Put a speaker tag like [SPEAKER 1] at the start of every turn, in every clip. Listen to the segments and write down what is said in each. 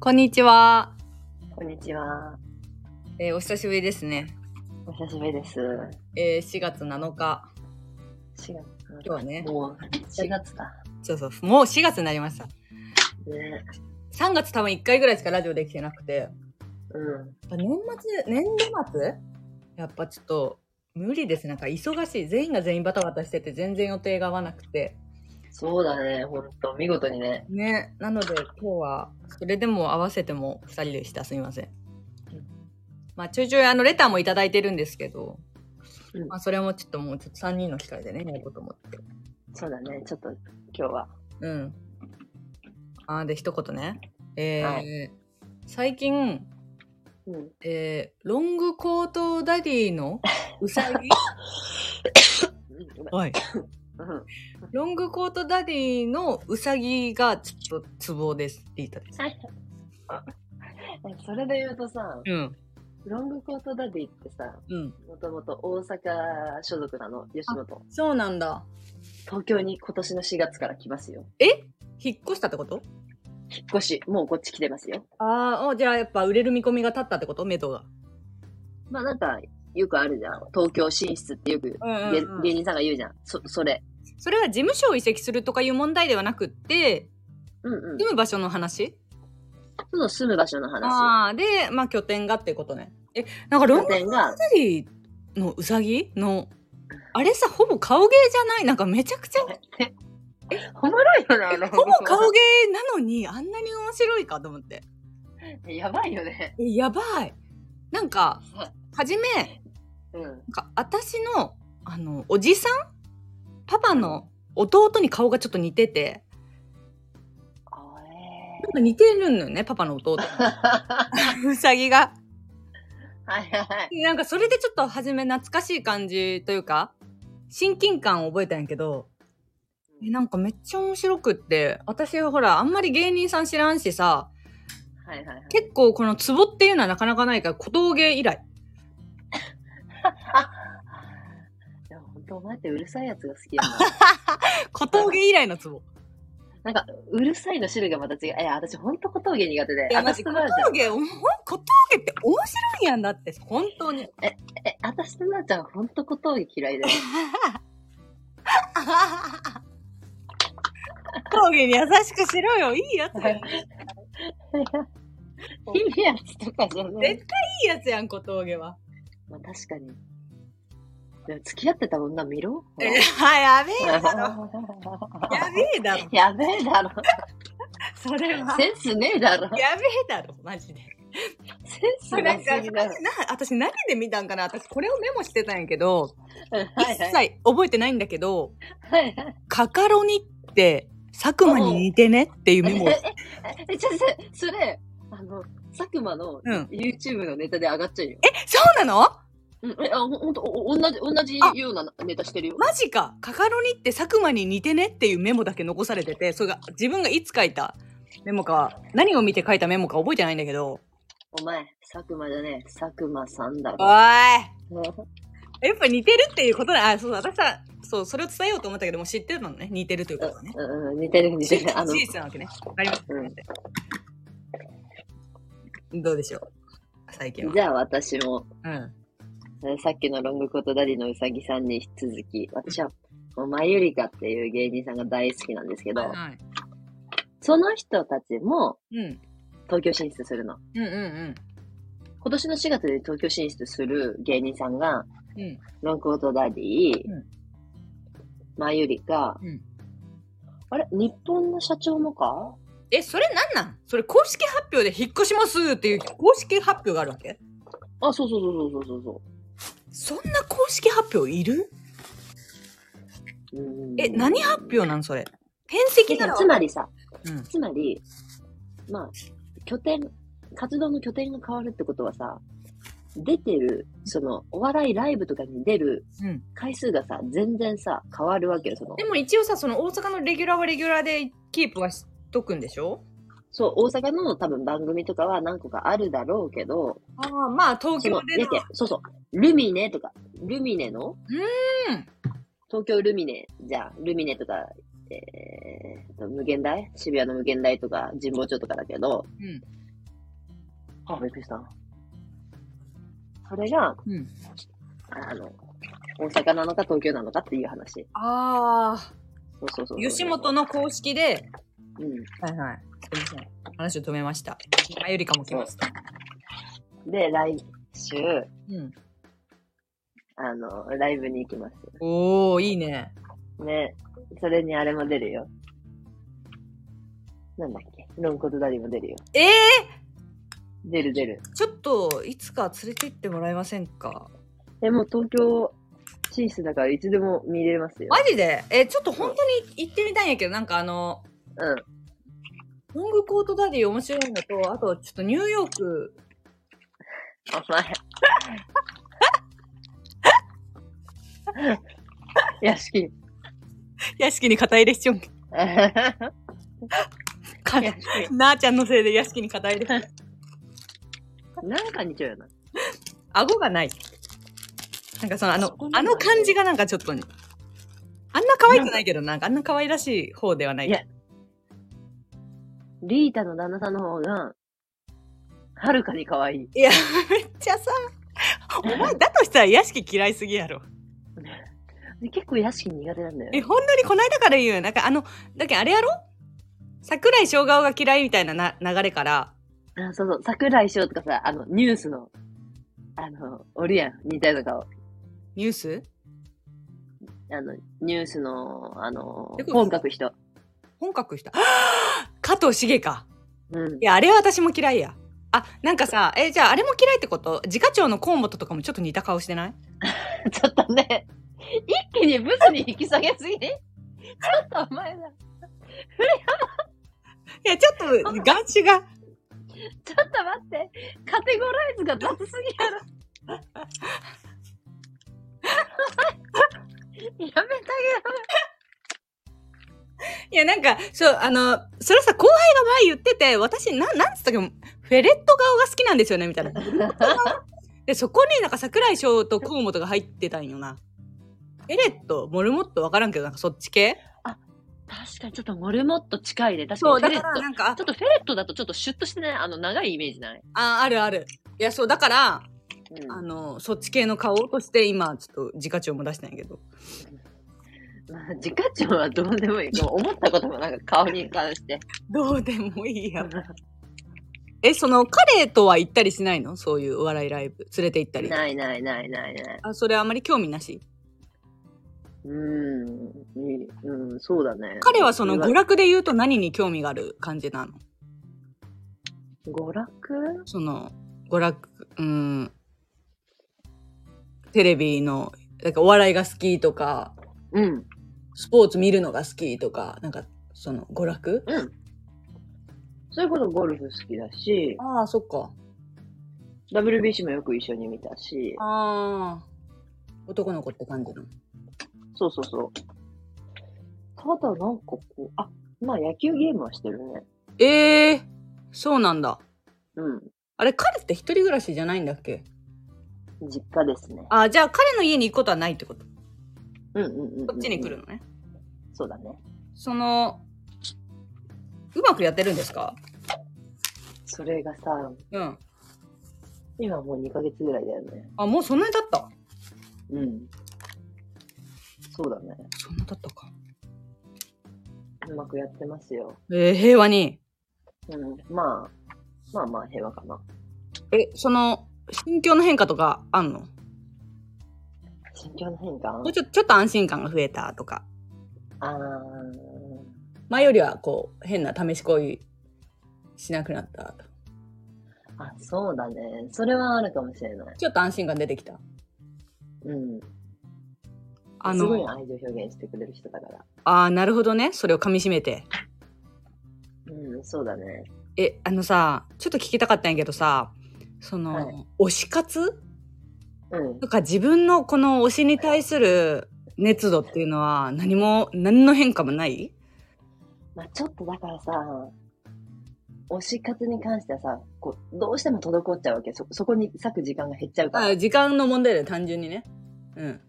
[SPEAKER 1] こんにちは、
[SPEAKER 2] こんにちは。
[SPEAKER 1] えーお久しぶりですね。
[SPEAKER 2] お久しぶりです。
[SPEAKER 1] えー4月7日。
[SPEAKER 2] 4月。今
[SPEAKER 1] 日はね
[SPEAKER 2] もう4月だ。
[SPEAKER 1] そうそう、もう4月になりました。
[SPEAKER 2] ね。
[SPEAKER 1] 3月多分1回ぐらいしかラジオできてなくて、やっ
[SPEAKER 2] うん。
[SPEAKER 1] ぱ年末、年度末やっぱちょっと無理です。なんか忙しい。全員が全員バタバタしてて、全然予定が合わなくて。
[SPEAKER 2] そうだね。ほんと、見事にね。
[SPEAKER 1] ね、なので今日はそれでも合わせても2人でしたすみません
[SPEAKER 2] うん。
[SPEAKER 1] まあちょいちょいあのレターもいただいてるんですけど、
[SPEAKER 2] うん
[SPEAKER 1] まあそれもちょっともうちょっと3人の機会でねやろうと思って。
[SPEAKER 2] そうだね。ちょっと今日は。
[SPEAKER 1] うん。あーで一言ね。えー
[SPEAKER 2] は
[SPEAKER 1] 最近、
[SPEAKER 2] うん。
[SPEAKER 1] えーロングコートダディ のうさぎおい
[SPEAKER 2] うん。
[SPEAKER 1] ロングコートダディのうさぎがちょっとツボですって言ったです。
[SPEAKER 2] それで言うとさ、
[SPEAKER 1] うん。
[SPEAKER 2] ロングコートダディってさ、
[SPEAKER 1] うん。
[SPEAKER 2] もともと大阪所属なの、吉本。
[SPEAKER 1] そうなんだ。
[SPEAKER 2] 東京に今年の4月から来ますよ。
[SPEAKER 1] 引っ越したってこと
[SPEAKER 2] 引っ越し、もうこっち来てますよ。
[SPEAKER 1] あーおじゃあやっぱ売れる見込みが立ったってことメドが。
[SPEAKER 2] まあなんか、よくあるじゃん。東京進出ってよく
[SPEAKER 1] うんうん
[SPEAKER 2] 芸
[SPEAKER 1] うん
[SPEAKER 2] 芸人さんが言うじゃん。そ、それ。
[SPEAKER 1] それは事務所を移籍するとかいう問題ではなくって、
[SPEAKER 2] うんうん。
[SPEAKER 1] 住む場所の話
[SPEAKER 2] その住む場所の話。
[SPEAKER 1] ああ、で、まあ拠点がってことね。え、なんかロン
[SPEAKER 2] 拠
[SPEAKER 1] グ
[SPEAKER 2] 点
[SPEAKER 1] ダ
[SPEAKER 2] が、
[SPEAKER 1] ディのウサギの、あれさ、ほぼ顔芸じゃないなんかめちゃくちゃ、ほ
[SPEAKER 2] おもろいよな、あ
[SPEAKER 1] ぼ
[SPEAKER 2] の。
[SPEAKER 1] 顔芸なのにあんなに面白いかと思って。
[SPEAKER 2] やばいよね。
[SPEAKER 1] え、やばい。なんか、はじめ、
[SPEAKER 2] うん。
[SPEAKER 1] なんか私の、あの、おじさんパパの弟に顔がちょっと似てて、
[SPEAKER 2] あ
[SPEAKER 1] なんか似てるのよね、パパの 弟。
[SPEAKER 2] えー
[SPEAKER 1] うさぎが。
[SPEAKER 2] はいはいはい。
[SPEAKER 1] でなんかそれでちょっと初め懐かしい感じというか、親近感を覚えたんやけど、え、なんかめっちゃ面白くって、私はほら、あんまり芸人さん知らんしさ、
[SPEAKER 2] はいはいはい。
[SPEAKER 1] 結構このツボっていうのはなかなかないから、小峠以来。
[SPEAKER 2] いや、本当お前ってうるさいやつが好きや な。
[SPEAKER 1] 小峠以来のツボ。
[SPEAKER 2] なんか、うるさいの汁がまた違う。いや、私ほんと小峠苦手で。
[SPEAKER 1] いや、マ
[SPEAKER 2] 私
[SPEAKER 1] ジ
[SPEAKER 2] と
[SPEAKER 1] 小
[SPEAKER 2] なーちゃん。
[SPEAKER 1] 峠、おも小峠って面白いやんだって、本当 に。
[SPEAKER 2] え、私となーちゃんほんと小峠嫌いで。
[SPEAKER 1] 小峠に優しくしろよ。いいやつやん。い
[SPEAKER 2] いいやつとかじゃない
[SPEAKER 1] 絶。いやつやん、小峠は。
[SPEAKER 2] まあ確かに。でも付き合ってた女見ろ。
[SPEAKER 1] えやべえだろ。 や
[SPEAKER 2] や
[SPEAKER 1] べえだろ。
[SPEAKER 2] やべえ だろ。
[SPEAKER 1] それは。
[SPEAKER 2] センスねえだろ。
[SPEAKER 1] やべえだろ、マジで。
[SPEAKER 2] センスなすぎだろ。
[SPEAKER 1] な 私何で見たんかな私これをメモしてたんやけど、
[SPEAKER 2] はい
[SPEAKER 1] 一
[SPEAKER 2] はい
[SPEAKER 1] 切覚えてないんだけど、
[SPEAKER 2] はいはい。
[SPEAKER 1] カカロニって佐久間に似てねっていうメモ。
[SPEAKER 2] え、ちょっとそれ、あの、佐久間の
[SPEAKER 1] うん
[SPEAKER 2] YouTube のネタで上がっちゃうよ。
[SPEAKER 1] そうなの
[SPEAKER 2] うん、え、あ、ほほんと、お同じ、同じ
[SPEAKER 1] あ
[SPEAKER 2] ようなネタしてるよ。
[SPEAKER 1] マジか。カカロニって佐久間に似てねっていうメモだけ残されてて、それが自分がいつ書いたメモか、何を見て書いたメモか覚えてないんだけど。
[SPEAKER 2] お前、佐久間じゃねえ、佐久間さんだ
[SPEAKER 1] お
[SPEAKER 2] ろ。
[SPEAKER 1] ーい。やっぱ似てるっていうことだ。あ、そう、私さ、そう、それを伝えようと思ったけども、知ってたのね。似てるということはね。
[SPEAKER 2] うん、うん似てる似
[SPEAKER 1] 事
[SPEAKER 2] て る。あの、
[SPEAKER 1] 実なわけね。わかりました。どうでしょう最近は。
[SPEAKER 2] じゃあ私も、
[SPEAKER 1] うん。
[SPEAKER 2] えーさっきのロングコートダディのうさぎさんに引き続き、私は、もうまゆりかっていう芸人さんが大好きなんですけど、
[SPEAKER 1] はい。
[SPEAKER 2] その人たちも
[SPEAKER 1] うん。
[SPEAKER 2] 東京進出するの。
[SPEAKER 1] うんうん
[SPEAKER 2] 今年の4月で東京進出する芸人さんが、
[SPEAKER 1] うん。うん。
[SPEAKER 2] ロングコートダディ、
[SPEAKER 1] うん
[SPEAKER 2] マユリカ、
[SPEAKER 1] うん
[SPEAKER 2] あれ日本の社長もか
[SPEAKER 1] え、それなんなんそれ公式発表で引っ越しますっていう公式発表があるわけ
[SPEAKER 2] あ、そうそうそうそうそうそ
[SPEAKER 1] そんな公式発表いる
[SPEAKER 2] ううん。
[SPEAKER 1] え、何発表なんそれ転籍
[SPEAKER 2] い
[SPEAKER 1] な
[SPEAKER 2] や
[SPEAKER 1] の
[SPEAKER 2] つまりさ、
[SPEAKER 1] うん。
[SPEAKER 2] つまり、まあ、拠点、活動の拠点が変わるってことはさ、出てる、その、お笑いライブとかに出る
[SPEAKER 1] うん。
[SPEAKER 2] 回数がさ、全然さ、変わるわけよ、その
[SPEAKER 1] で。も一応さ、その大阪のレギュラーはレギュラーでキープはしとくんでしょ
[SPEAKER 2] そう、大阪の多分番組とかは何個かあるだろうけど、
[SPEAKER 1] ああ、まあ東
[SPEAKER 2] そ
[SPEAKER 1] 京
[SPEAKER 2] の
[SPEAKER 1] で
[SPEAKER 2] やけんそうそう。ルミネとか、ルミネの
[SPEAKER 1] うん
[SPEAKER 2] 東京ルミネじゃあ、ルミネとか、えーっと、無限大渋谷の無限大とか、神保町とかだけど、
[SPEAKER 1] うん
[SPEAKER 2] あ、びっくりした。それが、
[SPEAKER 1] うん
[SPEAKER 2] あの、大阪なのか東京なのかっていう話。
[SPEAKER 1] あ
[SPEAKER 2] そうそうそうそう。
[SPEAKER 1] 吉本の公式で、
[SPEAKER 2] う
[SPEAKER 1] はいはい。すいません。話を止めました。あゆりかも来ました。
[SPEAKER 2] ん。で、来週、
[SPEAKER 1] うん。
[SPEAKER 2] あの、ライブに行きます。
[SPEAKER 1] おー、いいね。
[SPEAKER 2] ね。それにあれも出るよ。なんだっけロンコとダリも出るよ。
[SPEAKER 1] ええ
[SPEAKER 2] 出る出る。
[SPEAKER 1] ー、ちょっと、いつか連れて行ってもらえませんか
[SPEAKER 2] え、もう東京進出だからいつでも見れますよ。
[SPEAKER 1] マジでえ、ちょっと本当に行ってみたいんやけど、なんかあの、
[SPEAKER 2] うん。
[SPEAKER 1] ロングコートダディ面白いのと、あとちょっとニューヨーク、
[SPEAKER 2] お前。 屋敷。
[SPEAKER 1] 屋敷に肩入れしちゃうん
[SPEAKER 2] 屋
[SPEAKER 1] か
[SPEAKER 2] 敷。
[SPEAKER 1] なあちゃんのせいで屋敷に肩入れ。
[SPEAKER 2] なんか似ちゃうよな。
[SPEAKER 1] 顎がない。なんかその、あ
[SPEAKER 2] そ
[SPEAKER 1] の
[SPEAKER 2] こ、な
[SPEAKER 1] あ
[SPEAKER 2] んだ
[SPEAKER 1] の
[SPEAKER 2] ね
[SPEAKER 1] 感じがなんかちょっと、あんな可愛くないけど、なんかあんな可愛らしい方ではない
[SPEAKER 2] い。やリータの旦那さんの方が、はるかに可愛い。
[SPEAKER 1] いや、 めっちゃさ、お前だとしたら屋敷嫌いすぎやろ。
[SPEAKER 2] で結構屋敷苦手なんだよ
[SPEAKER 1] え、
[SPEAKER 2] ね。
[SPEAKER 1] ほんとにこないだから言うよ。なんかあの、だけどあれやろ桜井翔顔が嫌いみたいなな流れから、
[SPEAKER 2] あそうそう、桜井翔とかさ、あの、ニュースの、あの、おるやん、似たような顔。
[SPEAKER 1] ニュース
[SPEAKER 2] あの、ニュースの、あの
[SPEAKER 1] えこ、れ
[SPEAKER 2] 本格人。
[SPEAKER 1] 本格した。 加藤茂か。
[SPEAKER 2] う
[SPEAKER 1] い。
[SPEAKER 2] ん
[SPEAKER 1] や、あれは私も嫌いや。あ、なんかさ、え、じゃああれも嫌いってこと自家長の河本とかもちょっと似た顔してない
[SPEAKER 2] ちょっとね、一気にブスに引き下げすぎ。ちょっとお前ら、
[SPEAKER 1] いや、ちょっと、眼種が。
[SPEAKER 2] ちょっと待って、カテゴライズが雑 すぎやろ。やめて
[SPEAKER 1] いや、なんか、そう、あの、それさ、後輩が前言ってて、私、な、なんつったっけ、フェレット顔が好きなんですよね、みたいな。 で、そこになんか桜井翔と河本が入ってたんよな。フェレット、モルモットわからんけど、なんかそっち系
[SPEAKER 2] 確かにちょっとモルモット近いね。確
[SPEAKER 1] そう、だ
[SPEAKER 2] かにフェ
[SPEAKER 1] から
[SPEAKER 2] レット。
[SPEAKER 1] なんか、
[SPEAKER 2] ちょっとフェレットだとちょっとシュッとしてね、あの長いイメージない。
[SPEAKER 1] あ、あるある。いや、そう、だから、
[SPEAKER 2] うん
[SPEAKER 1] あの、そっち系の顔として、今、ちょっと、自家長も出したんやけど。
[SPEAKER 2] まあ、自家長はどうでもいい。でも思ったこともなんか顔に関して。
[SPEAKER 1] どうでもいいや。え、その、彼とは行ったりしないのそういうお笑いライブ。連れて行ったり。
[SPEAKER 2] ないないないないない。
[SPEAKER 1] あ、それあまり興味なし。
[SPEAKER 2] うん、いいうん、そうだね。
[SPEAKER 1] 彼はその、
[SPEAKER 2] れ
[SPEAKER 1] 娯楽で言うと何に興味がある感じなの
[SPEAKER 2] 娯楽
[SPEAKER 1] その、娯楽、うーん。テレビの、なんかお笑いが好きとか、
[SPEAKER 2] うん。
[SPEAKER 1] スポーツ見るのが好きとか、なんか、その、娯楽
[SPEAKER 2] うん。そういうことゴルフ好きだし、
[SPEAKER 1] ああ、そっか。
[SPEAKER 2] WBC もよく一緒に見たし、
[SPEAKER 1] ああ。男の子って感じの。
[SPEAKER 2] そうそうそう。ただなんかこう、あ、まあ野球ゲームはしてるね。
[SPEAKER 1] ええー、そうなんだ。
[SPEAKER 2] うん。
[SPEAKER 1] あれ、彼って一人暮らしじゃないんだっけ
[SPEAKER 2] 実家ですね。
[SPEAKER 1] ああ、じゃあ彼の家に行くことはないってこと。
[SPEAKER 2] うんうんうんうん、
[SPEAKER 1] こっちに来るのね。
[SPEAKER 2] そうだね。
[SPEAKER 1] その、うまくやってるんですか
[SPEAKER 2] それがさ、
[SPEAKER 1] うん。
[SPEAKER 2] 今もう2ヶ月ぐらいだよね。
[SPEAKER 1] あ、もうそんなに経った。
[SPEAKER 2] うん。そうだね。
[SPEAKER 1] そんな経ったか。
[SPEAKER 2] うまくやってますよ。
[SPEAKER 1] えー、平和に。
[SPEAKER 2] うん。まあ、まあまあ平和かな。
[SPEAKER 1] え、その、心境の変化とかあんの
[SPEAKER 2] 心境の変化
[SPEAKER 1] もうちょちょっと安心感が増えたとか。
[SPEAKER 2] あー、
[SPEAKER 1] 前よりは、こう、変な試し恋しなくなったと。
[SPEAKER 2] あ、そうだね。それはあるかもしれない。
[SPEAKER 1] ちょっと安心感出てきた。
[SPEAKER 2] うん。
[SPEAKER 1] あ
[SPEAKER 2] すごい
[SPEAKER 1] の、
[SPEAKER 2] 愛情表現してくれる人だから。
[SPEAKER 1] ああ、なるほどね。それを噛み締めて。
[SPEAKER 2] うん、そうだね。
[SPEAKER 1] え、あのさ、ちょっと聞きたかったんやけどさ、その、
[SPEAKER 2] は
[SPEAKER 1] 推し活
[SPEAKER 2] うん。
[SPEAKER 1] とか自分のこの推しに対する熱度っていうのは何も、何の変化もない
[SPEAKER 2] まあちょっとだからさ、推し活に関してはさ、こう、どうしても滞っちゃうわけ。そ、そこに割く時間が減っちゃうから。
[SPEAKER 1] あ時間の問題で単純にね。うん。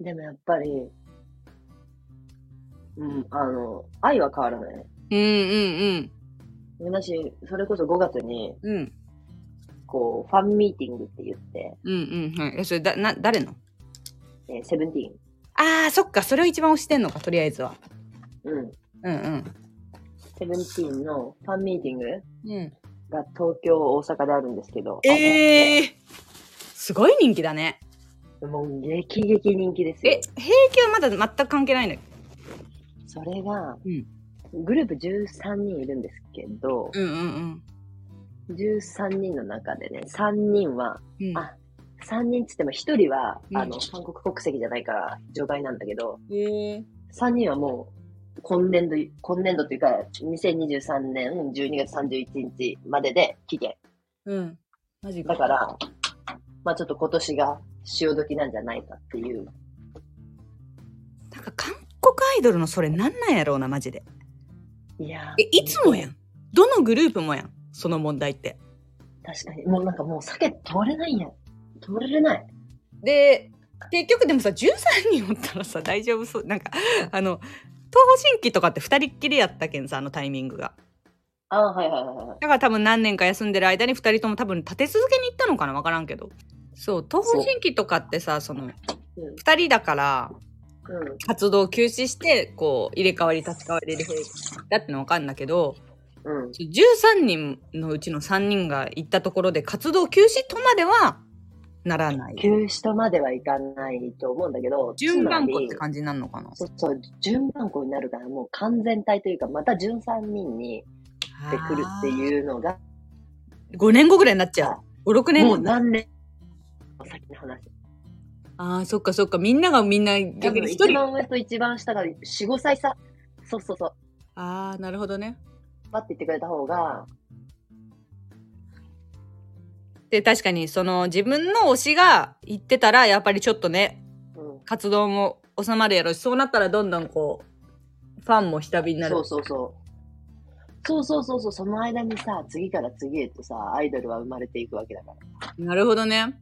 [SPEAKER 2] でもやっぱり、うん、あの、愛は変わらない。
[SPEAKER 1] うんうん
[SPEAKER 2] 私、それこそ5月に、
[SPEAKER 1] うん。うん。
[SPEAKER 2] こう、ファンミーティングって言って、
[SPEAKER 1] うんうんはい。え、それだ、な、誰の
[SPEAKER 2] えー、セブンティーン。
[SPEAKER 1] ああ、そっか、それを一番推してんのか、とりあえずは。
[SPEAKER 2] うん。
[SPEAKER 1] うんうん。
[SPEAKER 2] セブンティーンのファンミーティング
[SPEAKER 1] うん、
[SPEAKER 2] が東京、大阪であるんですけど。
[SPEAKER 1] ええー、すごい人気だね。
[SPEAKER 2] あもうもう激激人気ですよ
[SPEAKER 1] え。、平気はまだ全く関係ないのよ。
[SPEAKER 2] それが、
[SPEAKER 1] うん
[SPEAKER 2] グループ13人いるんですけど、
[SPEAKER 1] うんうん
[SPEAKER 2] 13人の中でね、3人は、
[SPEAKER 1] うん。うん、
[SPEAKER 2] あ3人っつっても1人は、
[SPEAKER 1] うん
[SPEAKER 2] あの、韓国国籍じゃないから除外なんだけど、
[SPEAKER 1] えー、
[SPEAKER 2] 3人はもう、今年度、今年度っていうか、2023年12月31日までで期限。
[SPEAKER 1] うん。マジか。
[SPEAKER 2] だから、まあちょっと今年が潮時なんじゃないかっていう。
[SPEAKER 1] なんか韓国アイドルのそれなんなんやろうな、マジで。
[SPEAKER 2] いやー
[SPEAKER 1] え、いつもやん。どのグループもやん。その問題って。
[SPEAKER 2] 確かに。もうなんかもう酒取れないやん。取れれない。
[SPEAKER 1] で、結局でもさ、13人おったらさ、大丈夫そう。なんか、あの、東方神起とかって2人っきりやったけんさ、あのタイミングが。
[SPEAKER 2] ああ、はいはいはいはい。
[SPEAKER 1] だから多分何年か休んでる間に2人とも多分立て続けに行ったのかな分からんけどそう東方神起とかってさその
[SPEAKER 2] うん
[SPEAKER 1] 2人だから
[SPEAKER 2] うん。
[SPEAKER 1] 活動休止してこう入れ替わり立ち替わりでだっての分かんだけど
[SPEAKER 2] うん。
[SPEAKER 1] 13人のうちの3人が行ったところで活動休止とまではならない
[SPEAKER 2] 休止とまではいかないと思うんだけど、
[SPEAKER 1] 順番子って
[SPEAKER 2] つまり
[SPEAKER 1] 感じになるのかな
[SPEAKER 2] そうそう、順番子になるから、もう完全体というか、また13人にってくるって
[SPEAKER 1] う
[SPEAKER 2] いうのが、
[SPEAKER 1] 5年後ぐらいになっちゃう56年
[SPEAKER 2] も
[SPEAKER 1] 後
[SPEAKER 2] う何年も先の話。
[SPEAKER 1] あーそっかそっかみんながみんな
[SPEAKER 2] 多
[SPEAKER 1] 逆
[SPEAKER 2] 分
[SPEAKER 1] に1
[SPEAKER 2] 一
[SPEAKER 1] 人
[SPEAKER 2] 番上と一番下が4、5歳差。そうそうそう。
[SPEAKER 1] ああなるほどね
[SPEAKER 2] パって言ってくれた方が、
[SPEAKER 1] で確かにその自分の推しが言ってたらやっぱりちょっとね
[SPEAKER 2] うん。
[SPEAKER 1] 活動も収まるやろしそうなったらどんどんこうファンも下火になる
[SPEAKER 2] そうそうそう。そうそうそうそう、その間にさ、次から次へとさ、アイドルは生まれていくわけだか
[SPEAKER 1] なるほどね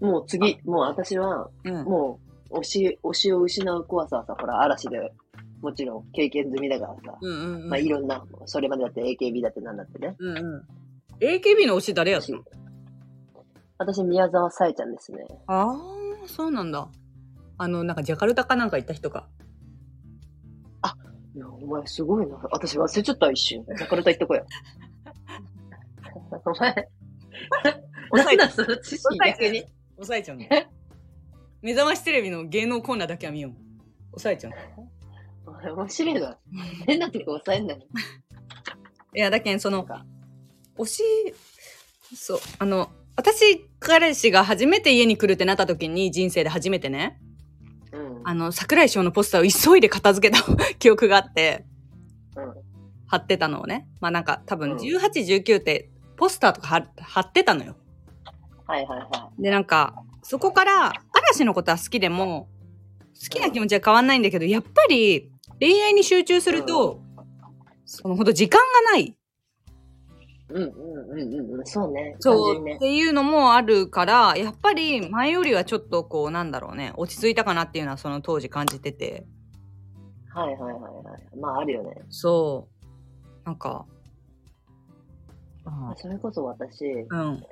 [SPEAKER 2] ら。もう次、もう私は、
[SPEAKER 1] うん
[SPEAKER 2] もう、推し、推しを失う怖さはさ、ほら、嵐で、もちろん経験済みだからさ、
[SPEAKER 1] うんうんうん、
[SPEAKER 2] まあいろんな、それまでだって AKB だってなんだってね。
[SPEAKER 1] うんうん AKB の推し誰やったの
[SPEAKER 2] 私、宮沢さえちゃんですね。
[SPEAKER 1] ああそうなんだあのなんかジャカルタかなんか行った人か
[SPEAKER 2] いや、お前すごいな。私忘れちゃった、一瞬。ジャカルタ行って こよ。お前、なんだその知識逆に。
[SPEAKER 1] 抑えちゃう の目覚ましテレビの芸能コーナーだけは見よう抑えちゃうの
[SPEAKER 2] お前面白いな。変なとこ抑えんなよ。
[SPEAKER 1] いやだけんその推しそうあの私彼氏が初めて家に来るってなった時に人生で初めてね
[SPEAKER 2] うん。
[SPEAKER 1] あの桜井翔のポスターを急いで片付けた 記憶があって、
[SPEAKER 2] うん
[SPEAKER 1] 貼ってたのをねまあなんか多分
[SPEAKER 2] うん
[SPEAKER 1] 1819ってポスターとか貼貼ってたのよ
[SPEAKER 2] はいはいは
[SPEAKER 1] でなんかそこから嵐のことは好きでも好きな気持ちは変わんないんだけどやっぱり恋愛に集中すると、そのほど時間がない
[SPEAKER 2] い。うんうんうんうんうん。そうね。
[SPEAKER 1] そ
[SPEAKER 2] 単純
[SPEAKER 1] うっ
[SPEAKER 2] ね。
[SPEAKER 1] ていうのもあるからやっぱり前よりはちょっとこうなんだろうね落ち着いたかなっていうのはその当時感じてて
[SPEAKER 2] はいはいはいはい。まああるよね。
[SPEAKER 1] そうなんかあ
[SPEAKER 2] それこそ私、
[SPEAKER 1] あうん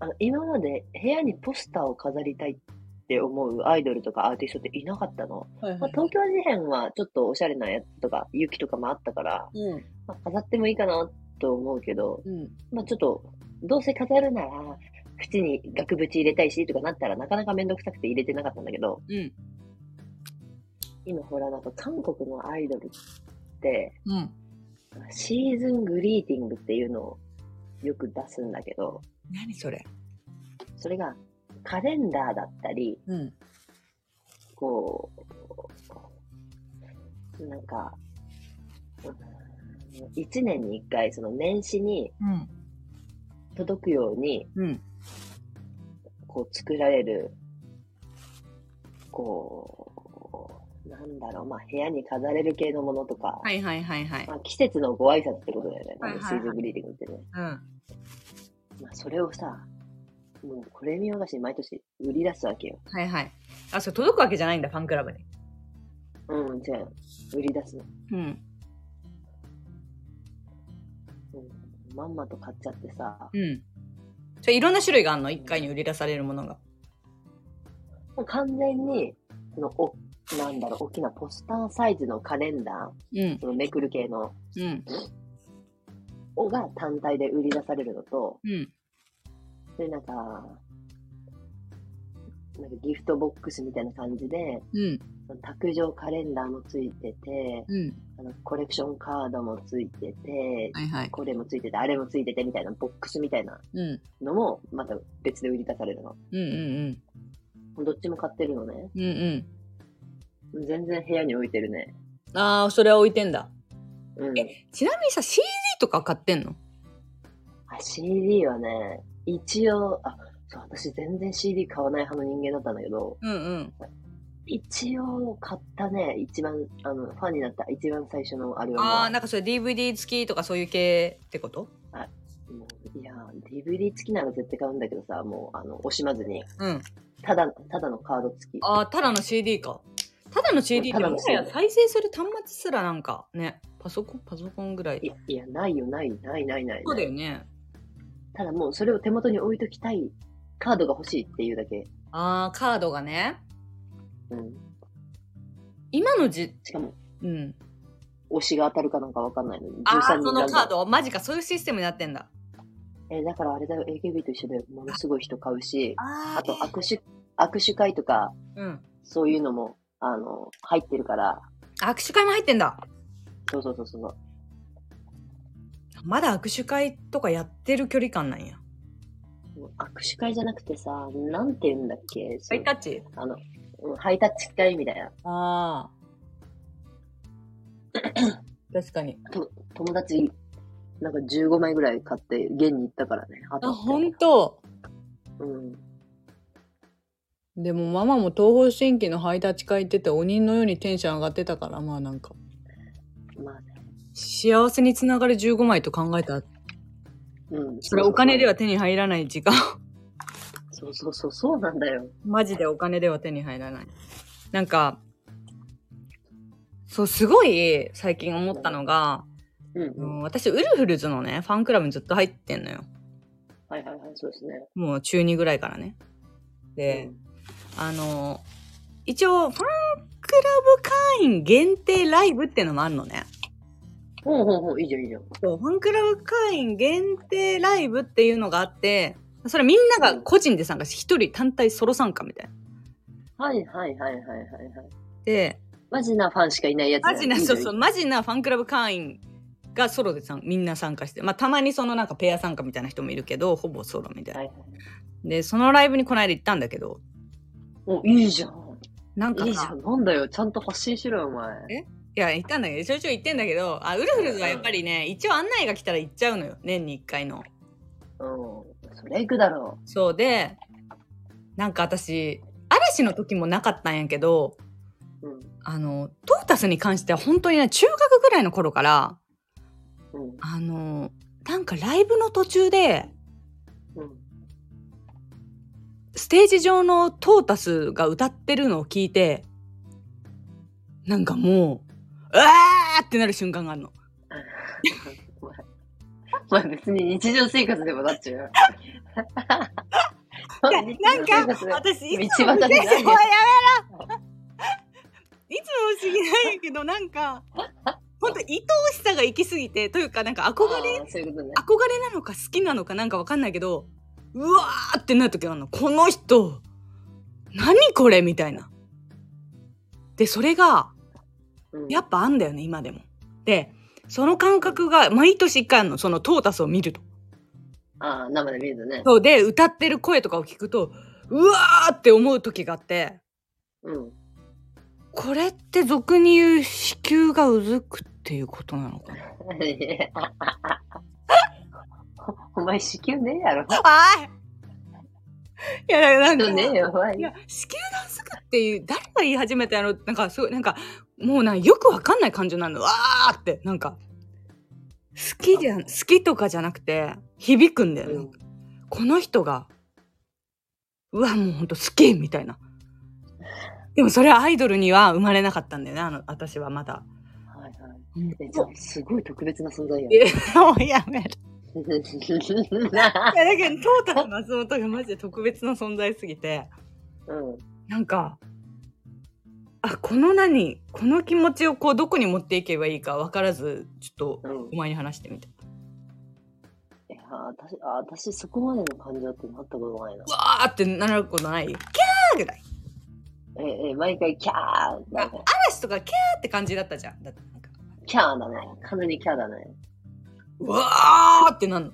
[SPEAKER 2] あの今まで部屋にポスターを飾りたいって思うアイドルとかアーティストっていなかったの。まあ、東京事変はちょっとおしゃれなやつとか、雪とかもあったから、
[SPEAKER 1] うん
[SPEAKER 2] まあ、飾ってもいいかなと思うけど、
[SPEAKER 1] うん
[SPEAKER 2] まあ、ちょっと、どうせ飾るなら、口に額縁入れたいしとかなったらなかなかめんどくさくて入れてなかったんだけど、
[SPEAKER 1] うん
[SPEAKER 2] 今ほらなんか韓国のアイドルって、
[SPEAKER 1] うん
[SPEAKER 2] シーズングリーティングっていうのをよく出すんだけど、
[SPEAKER 1] 何それ
[SPEAKER 2] それがカレンダーだったり、
[SPEAKER 1] うん
[SPEAKER 2] こう、なんか、1年に1回、その年始に
[SPEAKER 1] うん
[SPEAKER 2] 届くように、
[SPEAKER 1] うん
[SPEAKER 2] こう作られる、こう、なんだろう、まあ部屋に飾れる系のものとか、
[SPEAKER 1] はいはいはいはい
[SPEAKER 2] まあ、季節のご挨拶ってことだよね、多
[SPEAKER 1] はい
[SPEAKER 2] 分
[SPEAKER 1] はい
[SPEAKER 2] シーズングリーティングってね。
[SPEAKER 1] うん
[SPEAKER 2] まあそれをさ、もうこれ見よがしに毎年売り出すわけよ。
[SPEAKER 1] はいはいあそれ届くわけじゃないんだファンクラブに
[SPEAKER 2] うん、じゃあ、売り出すの。
[SPEAKER 1] うん
[SPEAKER 2] うんまんまと買っちゃってさ、
[SPEAKER 1] うん。それいろんな種類があんの一回に売り出されるものが。
[SPEAKER 2] もう完全に、その、お、なんだろう、大きなポスターサイズのカレンダ
[SPEAKER 1] うん
[SPEAKER 2] ー、。そのめくる系の、
[SPEAKER 1] うん。
[SPEAKER 2] をが単体で売り出されるのと、
[SPEAKER 1] うん。
[SPEAKER 2] で、なんか、なんかギフトボックスみたいな感じで、
[SPEAKER 1] うん。
[SPEAKER 2] その卓上カレンダーもついてて、
[SPEAKER 1] うん。
[SPEAKER 2] あのコレクションカードもついてて、
[SPEAKER 1] はいはい。
[SPEAKER 2] これもついてて、あれもついててみたいなボックスみたいな
[SPEAKER 1] うん。
[SPEAKER 2] のも、また別で売り出されるの。
[SPEAKER 1] うんうん
[SPEAKER 2] どっちも買ってるのね。
[SPEAKER 1] うん。うんうん。
[SPEAKER 2] 全然部屋に置いてるね。
[SPEAKER 1] ああ、それは置いてんだ。
[SPEAKER 2] うん。
[SPEAKER 1] ちなみにさ、CD とか買ってんの
[SPEAKER 2] あ CD はね、一応、あ、そう、私全然 CD 買わない派の人間だったんだけど、
[SPEAKER 1] うんうん。
[SPEAKER 2] 一応買ったね、一番、あの、ファンになった一番最初のアルバム
[SPEAKER 1] あ
[SPEAKER 2] は
[SPEAKER 1] あ、。なんかそれ DVD 付きとかそういう系ってこと
[SPEAKER 2] もういやー、DVD 付きなら絶対買うんだけどさ、もう、あの、惜しまずに、
[SPEAKER 1] うん。
[SPEAKER 2] ただ、ただのカード付き。
[SPEAKER 1] ああ、ただの CD か。ただの CD って
[SPEAKER 2] ただ
[SPEAKER 1] も
[SPEAKER 2] の
[SPEAKER 1] は
[SPEAKER 2] CD
[SPEAKER 1] や再生する端末すらなんかね、パソコン、パソコンぐらい。
[SPEAKER 2] いいや、ないよ、ない、ない、ない、ない。
[SPEAKER 1] そうだよね。
[SPEAKER 2] ただもう、それを手元に置いときたい、カードが欲しいっていうだけ。
[SPEAKER 1] ああ、カードがね。
[SPEAKER 2] うん。
[SPEAKER 1] 今のじ、
[SPEAKER 2] しかも、
[SPEAKER 1] うん。
[SPEAKER 2] 推しが当たるかなんかわかんないのに。
[SPEAKER 1] ああ、
[SPEAKER 2] 13
[SPEAKER 1] その
[SPEAKER 2] 人なん
[SPEAKER 1] カー
[SPEAKER 2] だ。
[SPEAKER 1] ド。マジか、そういうシステムになってんだ。
[SPEAKER 2] えーだからあれだよ、AKB と一緒で、ものすごい人買うし、
[SPEAKER 1] あ
[SPEAKER 2] あと握手、握手会とか、
[SPEAKER 1] うん。
[SPEAKER 2] そういうのも、あの、入ってるから、
[SPEAKER 1] 握手会も入ってんだ。
[SPEAKER 2] そうそうそう、その、
[SPEAKER 1] まだ握手会とかやってる距離感なんや。
[SPEAKER 2] もう握手会じゃなくてさ、なんて言うんだっけ、そ
[SPEAKER 1] ハ
[SPEAKER 2] の
[SPEAKER 1] イタッチ
[SPEAKER 2] あの、うんハイタッチ会みたいな。
[SPEAKER 1] あ あ。確かに。
[SPEAKER 2] 友達、なんか15枚ぐらい買って、現に行ったからね。あ
[SPEAKER 1] あ、ほんと。
[SPEAKER 2] うん。
[SPEAKER 1] でもママも東方神起のハイタッチ会行ってて鬼のようにテンション上がってたから、まあなんか。
[SPEAKER 2] まあね。
[SPEAKER 1] 幸せにつながる15枚と考え たら、
[SPEAKER 2] うん。
[SPEAKER 1] それお金で
[SPEAKER 2] は。
[SPEAKER 1] は手に入らない時間。
[SPEAKER 2] そうそうそう、そうなんだよ。
[SPEAKER 1] マジでお金では手に入らない。なんか、そう、すごい最近思ったのが、
[SPEAKER 2] うん、
[SPEAKER 1] う
[SPEAKER 2] うん。
[SPEAKER 1] ん、私、ウルフルズのね、ファンクラブにずっと入ってんのよ。
[SPEAKER 2] はいはいはい、そうですね。
[SPEAKER 1] もう中2ぐらいからね。で、あの、一応、ファンクラブ会員限定ライブっていうのもあるのね。
[SPEAKER 2] うん。ほうほうほう、いいじゃんいいじゃん。
[SPEAKER 1] そう、ファンクラブ会員限定ライブっていうのがあって、それみんなが個人で参加し、一人単体ソロ参加みたいな。
[SPEAKER 2] はいはいはいはいはいはい。
[SPEAKER 1] で、
[SPEAKER 2] マジなファンしかいないやつだ
[SPEAKER 1] マ
[SPEAKER 2] よ
[SPEAKER 1] ジな、
[SPEAKER 2] いいじ
[SPEAKER 1] そ
[SPEAKER 2] ゃ
[SPEAKER 1] うんそう、
[SPEAKER 2] いい
[SPEAKER 1] マジなファンクラブ会員がソロでさんみんな参加して、まあたまにそのなんかペア参加みたいな人もいるけど、ほぼソロみたい
[SPEAKER 2] じゃん
[SPEAKER 1] な。
[SPEAKER 2] はいはい。
[SPEAKER 1] で、そのライブにこの間行ったんだけど、
[SPEAKER 2] お、いいじゃん。
[SPEAKER 1] なんかさ
[SPEAKER 2] いいじゃん。なんだよ。ちゃんと発信しろよ、お前。
[SPEAKER 1] いや、行ったんだけど、ちょいちょい行ってんだけど、あ、ウルフルズはやっぱりね、一応案内が来たら行っちゃうのよ。年に一回の。
[SPEAKER 2] うん。それ行くだろ
[SPEAKER 1] そうで、なんか私、嵐の時もなかったんやけど、
[SPEAKER 2] う。うん。
[SPEAKER 1] あの、トータスに関しては本当にね、中学ぐらいの頃から、
[SPEAKER 2] うん。
[SPEAKER 1] あの、なんかライブの途中で、
[SPEAKER 2] うん。
[SPEAKER 1] ステージ上のトータスが歌ってるのを聞いて、なんかもう、うわーってなる瞬間があるの。
[SPEAKER 2] お前お前別に日常生活でもなっちゃうよ。
[SPEAKER 1] いやなんか、
[SPEAKER 2] 道
[SPEAKER 1] 私、いつも
[SPEAKER 2] 端で
[SPEAKER 1] でしょ
[SPEAKER 2] 何
[SPEAKER 1] やめろい
[SPEAKER 2] や
[SPEAKER 1] つも不思議なんやけどなんかほんと愛おしさが行き過ぎてというかなんか憧れ
[SPEAKER 2] あーそういうことね。
[SPEAKER 1] 憧れなのか好きなのかなんかわかんないけどうわーってなる時があるのこの人何これみたいなでそれが
[SPEAKER 2] うん
[SPEAKER 1] やっぱあんだよね今でもでその感覚が毎年一回あるのそのトータスを見ると
[SPEAKER 2] あー生で見るとね。
[SPEAKER 1] そうで歌ってる声とかを聞くとうわーって思う時があって
[SPEAKER 2] うん。
[SPEAKER 1] これって俗に言う子宮がうずくっていうことなのかない
[SPEAKER 2] やお前子宮ねえやろ。
[SPEAKER 1] はい。いや、なんか、
[SPEAKER 2] ねえよ、お前
[SPEAKER 1] い。や、子宮が薄くっていう、誰が言い始めたやろなんか、すごい、なんか、もうな、よくわかんない感情なの。わーって、なんか、好きじゃん、好きとかじゃなくて、響くんだよ、
[SPEAKER 2] うん
[SPEAKER 1] この人が、うわ、もうほんと好きみたいな。でもそれはアイドルには生まれなかったんだよね、あの、私はまだ。
[SPEAKER 2] はいはい。えじゃあすごい特別な存在や ん。
[SPEAKER 1] いやもうやめる。いやだけどトータル松本がマジで特別な存在すぎて
[SPEAKER 2] うん。
[SPEAKER 1] なんかあこの何この気持ちをこうどこに持っていけばいいか分からずちょっと
[SPEAKER 2] うん
[SPEAKER 1] お前に話してみた。
[SPEAKER 2] いやー私、あ私そこまでの感情ってなったことないな。
[SPEAKER 1] わーってなることないキャーぐらい
[SPEAKER 2] え、え、毎回キャーだね。
[SPEAKER 1] 嵐とかキャーって感じだったじゃんだってなんか
[SPEAKER 2] キャーだね。完全にキャーだね。
[SPEAKER 1] うわーってなんの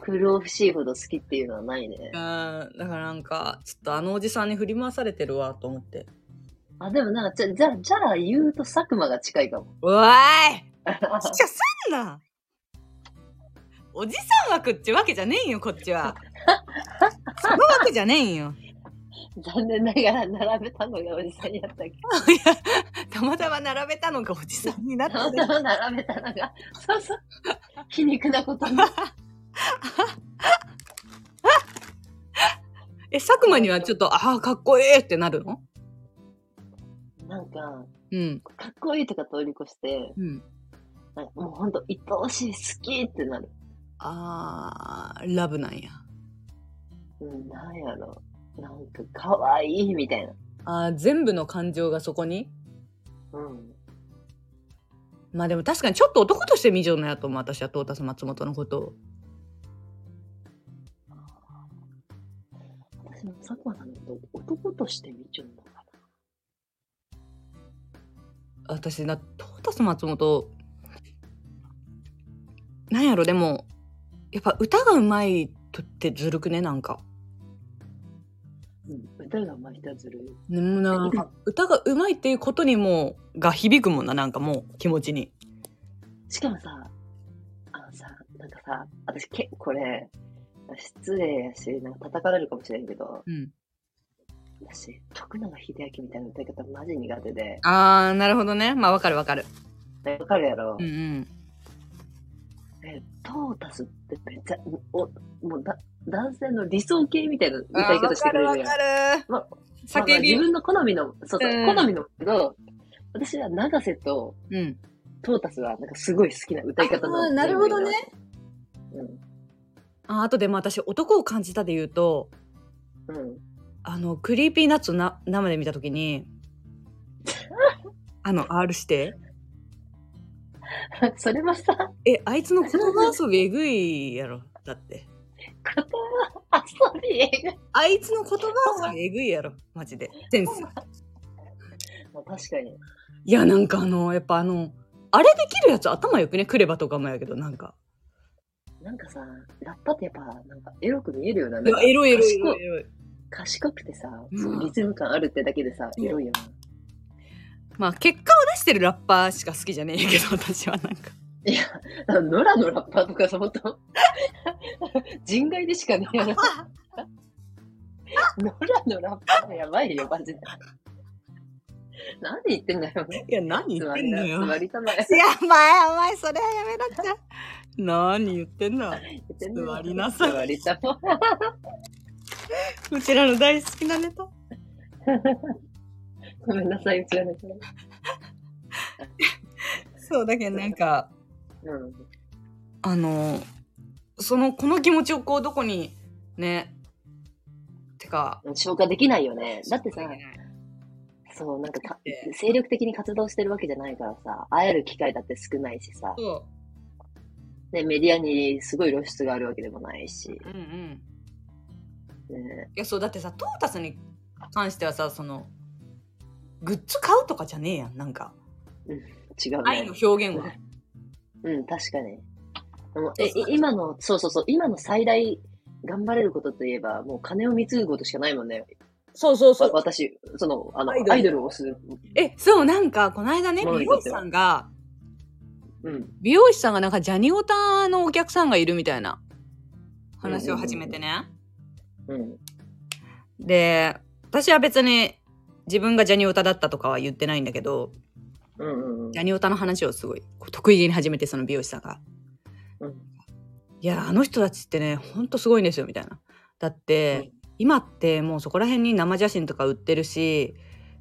[SPEAKER 2] 苦しいほど好きっていうのはないね。
[SPEAKER 1] うんだからなんかちょっとあのおじさんに振り回されてるわと思って
[SPEAKER 2] あ、でもなんか、じゃ、じゃ、じゃあ言うと佐久間が近いかも。
[SPEAKER 1] うわーいちゃすんなおじさん枠ってわけじゃねえんよこっちはその枠じゃねえんよ
[SPEAKER 2] 残念ながら並べたのがおじさんやったけど。
[SPEAKER 1] たまたま並べたのがおじさんになった
[SPEAKER 2] たま
[SPEAKER 1] だけ
[SPEAKER 2] たま並べたのが、そうそう。皮肉なことに。
[SPEAKER 1] え佐久間にはちょっとああかっこええってなるの
[SPEAKER 2] なんか、
[SPEAKER 1] うん
[SPEAKER 2] かっこいいとか通り越して、
[SPEAKER 1] うん
[SPEAKER 2] なんかもうほんと、愛おしい、好きってなる。
[SPEAKER 1] あーラブなんや
[SPEAKER 2] うん、なんやろ。なんか、かわいいみたいな。
[SPEAKER 1] あー全部の感情がそこに
[SPEAKER 2] うん。
[SPEAKER 1] まあでも確かにちょっと男として見上のやと思う私はトータス松本のことを
[SPEAKER 2] 私も佐久間さんのこと男として見ちゃうんだから。
[SPEAKER 1] 私なトータス松本なんやろでもやっぱ歌がうまいとってずるくねなんか
[SPEAKER 2] うん、歌がまひたずるい。
[SPEAKER 1] でもなんか歌がうまいっていうことにもうが響くもんななんかもう気持ちに
[SPEAKER 2] しかもさ、あのさ、なんかさ、私結構これ、失礼やし、なんか叩かれるかもしれんけど、
[SPEAKER 1] うん
[SPEAKER 2] 私、徳永英明みたいな歌い方マジ苦手で、
[SPEAKER 1] あーなるほどねまあわかるわかる
[SPEAKER 2] ねわかるやろ、
[SPEAKER 1] うんうん
[SPEAKER 2] えトータスってめっちゃ、おもうだ男性の理想形みたいな
[SPEAKER 1] あ
[SPEAKER 2] 歌い
[SPEAKER 1] ー
[SPEAKER 2] 方
[SPEAKER 1] わ
[SPEAKER 2] して
[SPEAKER 1] か
[SPEAKER 2] くれ
[SPEAKER 1] るわ
[SPEAKER 2] るやん。
[SPEAKER 1] かる
[SPEAKER 2] ままあまあ
[SPEAKER 1] 叫び
[SPEAKER 2] 自分の好みの、そうそう、
[SPEAKER 1] うん
[SPEAKER 2] 好みのけど、私は永瀬と
[SPEAKER 1] うん
[SPEAKER 2] トータスはなんかすごい好きな歌い方の。
[SPEAKER 1] あーなるほどね。
[SPEAKER 2] う
[SPEAKER 1] ああとでも私男を感じたで言うと
[SPEAKER 2] ん。うん。
[SPEAKER 1] あのクリーピーナッツをな生で見た時 にあの R して
[SPEAKER 2] それはさ、
[SPEAKER 1] え、あいつの言葉遊びえぐいやろ。だって。
[SPEAKER 2] 言葉遊び映画
[SPEAKER 1] あいつの言葉遊びえぐいやろ。マジで。センス。
[SPEAKER 2] まあ確かに。
[SPEAKER 1] いや、なんかあの、やっぱあの、あれできるやつ頭よくね。クレバとかもやけど、なんか。
[SPEAKER 2] なんかさ、ラッパってやっぱ、なんかエロく見えるような。
[SPEAKER 1] いや、エロいエロいエロ
[SPEAKER 2] 賢
[SPEAKER 1] いエロい。
[SPEAKER 2] 賢くてさ、
[SPEAKER 1] うん
[SPEAKER 2] そのリズム感あるってだけでさ、
[SPEAKER 1] うん
[SPEAKER 2] エロいよ
[SPEAKER 1] まあ、結果を出してるラッパーしか好きじゃねえけど、私はなんか。
[SPEAKER 2] な。いや、あの 野良のラッパーとかさ、ほんと、 人外でしかねえよ な。野良のラッパーはやばいよ、マジで。何言ってんだよ。
[SPEAKER 1] いや、何言
[SPEAKER 2] 座
[SPEAKER 1] って
[SPEAKER 2] り
[SPEAKER 1] んの
[SPEAKER 2] な、
[SPEAKER 1] よ。
[SPEAKER 2] 座りたまえ。
[SPEAKER 1] いや、お前、お前、それはやめなっちゃ。何言ってんだ。 座りなさい
[SPEAKER 2] 座りたまえ。
[SPEAKER 1] うちらの大好きなネタ。
[SPEAKER 2] ごめんなさい、うちらの人。
[SPEAKER 1] そう、だけどなんか、
[SPEAKER 2] うん。
[SPEAKER 1] あのそのこの気持ちをこうどこにねてか
[SPEAKER 2] 消化できないよね。だってさ、そう、なんかか
[SPEAKER 1] ええ
[SPEAKER 2] 精力的に活動してるわけじゃないからさ、会える機会だって少ないしさ、
[SPEAKER 1] そ
[SPEAKER 2] ね、メディアにすごい露出があるわけでもないし、
[SPEAKER 1] ううんうん
[SPEAKER 2] ね、
[SPEAKER 1] いやそうだってさトータスに関してはさそのグッズ買うとかじゃねえやんなんか
[SPEAKER 2] 違う
[SPEAKER 1] 愛
[SPEAKER 2] ね
[SPEAKER 1] の。表現は
[SPEAKER 2] うん、確かに。でも
[SPEAKER 1] そう
[SPEAKER 2] え
[SPEAKER 1] そう
[SPEAKER 2] い今の、そうそうそう、今の最大頑張れることといえば、もう金を貢ぐことしかないもんね。
[SPEAKER 1] そうそう
[SPEAKER 2] わ私、その、あの、
[SPEAKER 1] アイドル
[SPEAKER 2] アイドルを推す。
[SPEAKER 1] えそうなんかこの間ね
[SPEAKER 2] そう
[SPEAKER 1] 美容師さんが
[SPEAKER 2] うん。
[SPEAKER 1] 美容師さんがなんかジャニオタのお客さんがいるみたいな話を始めてね、
[SPEAKER 2] うん。
[SPEAKER 1] で私は別に自分がジャニオタだったとかは言ってないんだけど
[SPEAKER 2] うんうんうん
[SPEAKER 1] ジャニオタの話をすごいこう得意げに始めてその美容師さんが
[SPEAKER 2] うん。
[SPEAKER 1] 「いやあの人たちってねほんとすごいんですよ」みたいな。だって、今ってもうそこら辺に生写真とか売ってるし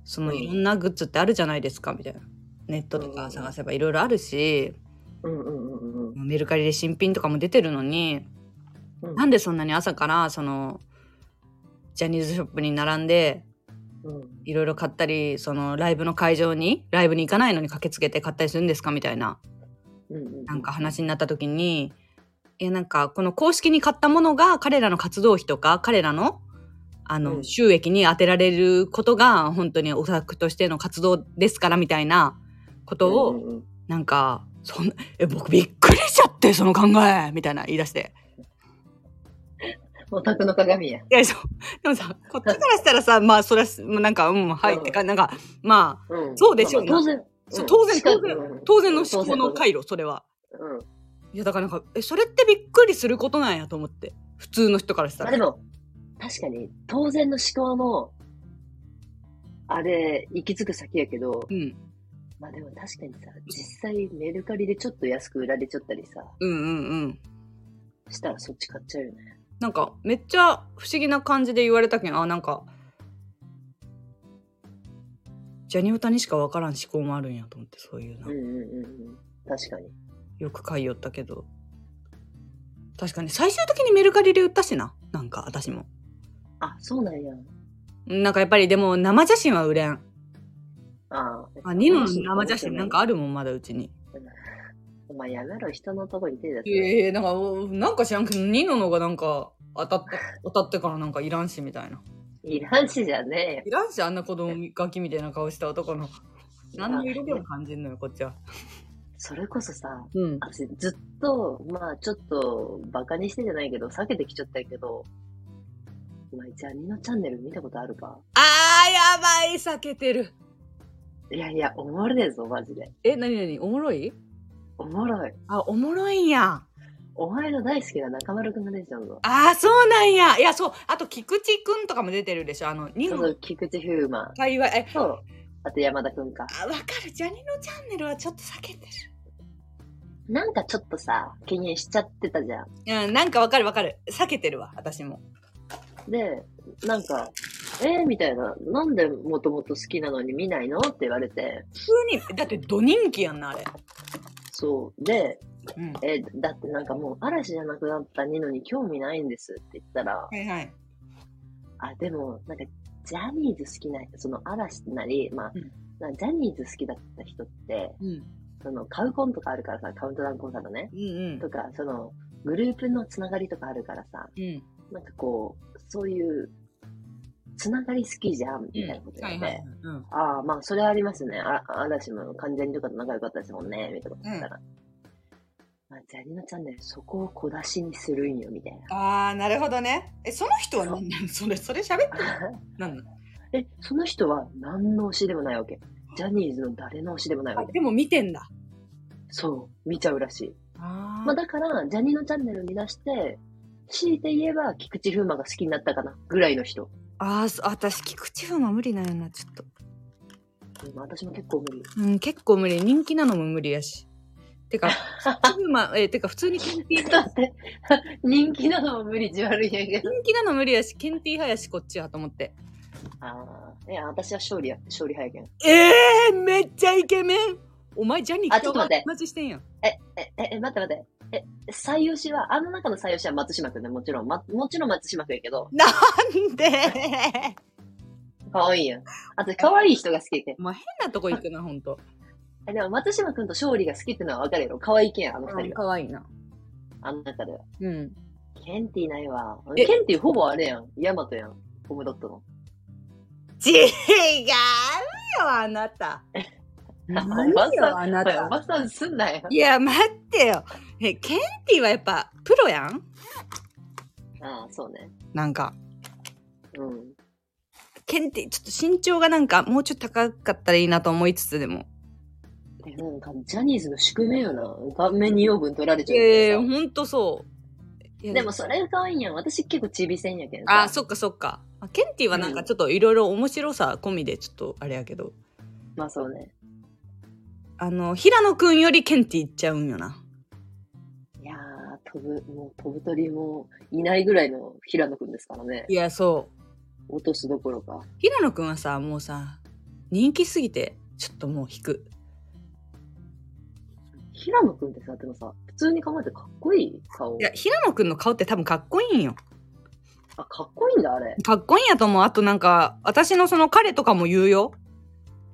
[SPEAKER 1] その
[SPEAKER 2] うん
[SPEAKER 1] いろんなグッズってあるじゃないですかみたいなネットとか探せばいろいろあるし、
[SPEAKER 2] うんうんうんうんうん。
[SPEAKER 1] のメルカリで新品とかも出てるのに、
[SPEAKER 2] うん
[SPEAKER 1] なんでそんなに朝からそのジャニーズショップに並んで
[SPEAKER 2] うん
[SPEAKER 1] いろいろ買ったりそのライブの会場にライブに行かないのに駆けつけて買ったりするんですかみたいな
[SPEAKER 2] うん
[SPEAKER 1] なんか話になった時にいやなんかこの公式に買ったものが彼らの活動費とか彼らのあ
[SPEAKER 2] う
[SPEAKER 1] の
[SPEAKER 2] ん
[SPEAKER 1] 収益に充てられることが本当にオタクとしての活動ですからみたいなことを、
[SPEAKER 2] うんうんうん
[SPEAKER 1] なんかそんなえ僕びっくりしちゃってその考えみたいな言い出して
[SPEAKER 2] お宅の鏡や。
[SPEAKER 1] いやそうでもさこっちからしたらさまあそれはもうなんかうんはいってかなんかまあ
[SPEAKER 2] うん
[SPEAKER 1] そうでしょうな
[SPEAKER 2] まあ当然。
[SPEAKER 1] そう
[SPEAKER 2] うん
[SPEAKER 1] 当然
[SPEAKER 2] しか
[SPEAKER 1] 当然当然の思考の。
[SPEAKER 2] うん
[SPEAKER 1] 回路それは
[SPEAKER 2] 当然うん。
[SPEAKER 1] いやだからなんかえそれってびっくりすることなんやと思って普通の人からした
[SPEAKER 2] まあ
[SPEAKER 1] ら
[SPEAKER 2] でも、確かに、当然の思考の、あれ、行き着く先やけど、
[SPEAKER 1] うん
[SPEAKER 2] まあでも確かにさ、実際メルカリでちょっと安く売られちゃったりさ、
[SPEAKER 1] うんうんうん
[SPEAKER 2] したらそっち買っちゃうよね。
[SPEAKER 1] なんかめっちゃ不思議な感じで言われたけんあなんかジャニオタにしか分からん思考もあるんやと思ってそういうな
[SPEAKER 2] うんうんうんうん。確かに。
[SPEAKER 1] よく買いよったけど確かに最終的にメルカリで売ったしななんか私も
[SPEAKER 2] あ、そうなんや。
[SPEAKER 1] なんかやっぱりでも生写真は売れん
[SPEAKER 2] ああ。
[SPEAKER 1] あニノの生写真なんかあるもんまだうちに
[SPEAKER 2] お前やめろ、人のとこに手出す
[SPEAKER 1] いやいやなんかおなんか知らんけどニノのがなんか当たった当たってからなんかいらんしみたいな
[SPEAKER 2] ないらんしじゃね
[SPEAKER 1] いらんしあんな子供ガキみたいな顔した男の
[SPEAKER 2] えよ。
[SPEAKER 1] 何の色でも感じんのよこっちは
[SPEAKER 2] それこそさ、
[SPEAKER 1] うん
[SPEAKER 2] 私ずっと、まあちょっと、バカにしてじゃないけど、避けてきちゃったけど、お前、ジャニのチャンネル見たことあるか
[SPEAKER 1] あーやばい避けてる
[SPEAKER 2] いやいや、おもろいぞ、マジで。
[SPEAKER 1] えなになにおもろい
[SPEAKER 2] おもろい。
[SPEAKER 1] あおもろいんや
[SPEAKER 2] お前の大好きな中丸くんが出てたんだ。
[SPEAKER 1] ああそうなんやいやそうあと菊池くんとかも出てるでしょあのニ
[SPEAKER 2] そ
[SPEAKER 1] ノ
[SPEAKER 2] うそ
[SPEAKER 1] の
[SPEAKER 2] う、菊池風磨
[SPEAKER 1] 会話え
[SPEAKER 2] と、あと山田くんか。
[SPEAKER 1] あわかるジャニのチャンネルはちょっと避けて
[SPEAKER 2] なんかちょっとさ、敬遠しちゃってたじゃ
[SPEAKER 1] る
[SPEAKER 2] ん。
[SPEAKER 1] うんなんかわかるわかる避けてるわ私も
[SPEAKER 2] で、なんか、えー、みたいな、なんでもともと好きなのに見ないのって言われて、
[SPEAKER 1] 普通にだってド人気やんなあれ
[SPEAKER 2] そう。で、
[SPEAKER 1] うんは
[SPEAKER 2] えーだってなんかもう嵐じゃなくなったニノに興味ないんですって言ったら、
[SPEAKER 1] いはい
[SPEAKER 2] あ、でも、なんか、ジャニーズ好きな、その嵐なり、まあ、
[SPEAKER 1] うん
[SPEAKER 2] なんかジャニーズ好きだった人って、
[SPEAKER 1] うん
[SPEAKER 2] そのカウコンとかあるからさ、カウントダウンコンサートね。
[SPEAKER 1] うん
[SPEAKER 2] とか、その、グループのつながりとかあるからさ、
[SPEAKER 1] うんうん
[SPEAKER 2] なんかこう、そういう、つながり好きじゃん、みたいなこと
[SPEAKER 1] はい
[SPEAKER 2] 言って、
[SPEAKER 1] はいうん
[SPEAKER 2] ああ、まあ、それはありますね。あ嵐も完全にとかと仲良かったですもんね、みたいなこと言ったら。まあ、ジャニのチャンネル、そこを小出しにするんよ、みたい
[SPEAKER 1] ああなるほどねえその人は何なの それそれ喋ってな
[SPEAKER 2] な。
[SPEAKER 1] んなの
[SPEAKER 2] え、その人は何の推しでもないわけ。ジャニーズの誰の推しでもないわ
[SPEAKER 1] あ
[SPEAKER 2] け。
[SPEAKER 1] でも見てんだ
[SPEAKER 2] そう、見ちゃうらしい。
[SPEAKER 1] あ
[SPEAKER 2] まあ、だから、ジャニのチャンネルに出して、強いて言えば、菊池風磨が好きになったかな、ぐらいの人。
[SPEAKER 1] あーそ私菊池風磨無理なんやなちょっと
[SPEAKER 2] うん私も結構無理。
[SPEAKER 1] うん、結構無理。人気なのも無理やし。て か、まあ、え、てか普通にケンティー、
[SPEAKER 2] だって、人気なのも無理じ悪いんやけど。
[SPEAKER 1] 人気なの無理やし、ケンティー派やし、こっちはと思って。
[SPEAKER 2] ああ、いや、私は勝利や、勝利派やけん。
[SPEAKER 1] ええー、めっちゃイケメンお前、ジャニー
[SPEAKER 2] あちょっと待って
[SPEAKER 1] 待ちしてんやん。
[SPEAKER 2] え、え、え、え、待って待って。え、最推しは、あの中の最推しは松島くんね、もちろん。ま、もちろん松島くんやけど、
[SPEAKER 1] なんで
[SPEAKER 2] 可愛いやん。あと、可愛い人が好きやけん。
[SPEAKER 1] お前、変なとこ行くな、ほんと。
[SPEAKER 2] え、でも松島くんと勝利が好きってのはわかるやろ。可愛いけん、あの二人は。
[SPEAKER 1] かわいいな。
[SPEAKER 2] あの中では。
[SPEAKER 1] うん。
[SPEAKER 2] ケンティないわ。
[SPEAKER 1] え
[SPEAKER 2] ケンティほぼあれやん。ヤマトやん。コムドットの。
[SPEAKER 1] 違うよ、あなた。 何
[SPEAKER 2] おば
[SPEAKER 1] よ、
[SPEAKER 2] さ
[SPEAKER 1] あな
[SPEAKER 2] おいお
[SPEAKER 1] た。
[SPEAKER 2] ばさんすんなよ。
[SPEAKER 1] いや、待ってよ。え、ケンティーはやっぱ、プロやん
[SPEAKER 2] ああ、そうね。
[SPEAKER 1] なんか。
[SPEAKER 2] うん。
[SPEAKER 1] ケンティちょっと身長がなんかもうちょっと高かったらいいなと思いつつでも。
[SPEAKER 2] でなんか、ジャニーズの宿命よな。顔面に養分取られちゃう
[SPEAKER 1] ええ
[SPEAKER 2] けど
[SPEAKER 1] ー、ほ
[SPEAKER 2] さ。
[SPEAKER 1] んとそう。いや
[SPEAKER 2] でも、それが可愛いんやん。私結構チビ戦やけんさ。
[SPEAKER 1] あー、そっかそっか。あケンティはなん
[SPEAKER 2] う
[SPEAKER 1] か
[SPEAKER 2] ん
[SPEAKER 1] ちょっといろいろ面白さ込みでちょっとあれやけど、
[SPEAKER 2] まあそうね。
[SPEAKER 1] あの、平野くんよりケンティいっちゃうんよな。
[SPEAKER 2] いやー、飛ぶ、もう飛ぶ鳥もいないぐらいの平野くんですからね
[SPEAKER 1] い。や、そう。
[SPEAKER 2] 落とすどころか。
[SPEAKER 1] 平野くんはさ、もうさ、人気すぎて、ちょっともう引く。
[SPEAKER 2] 平野くんってさ、でもさ、普通に考えてかっこいい顔
[SPEAKER 1] い。や、平野くんの顔って多分かっこいいんよ。
[SPEAKER 2] あ、かっこいいんだ、あれ。
[SPEAKER 1] かっこいいんやと思う。あとなんか、私のその彼とかも言うよ。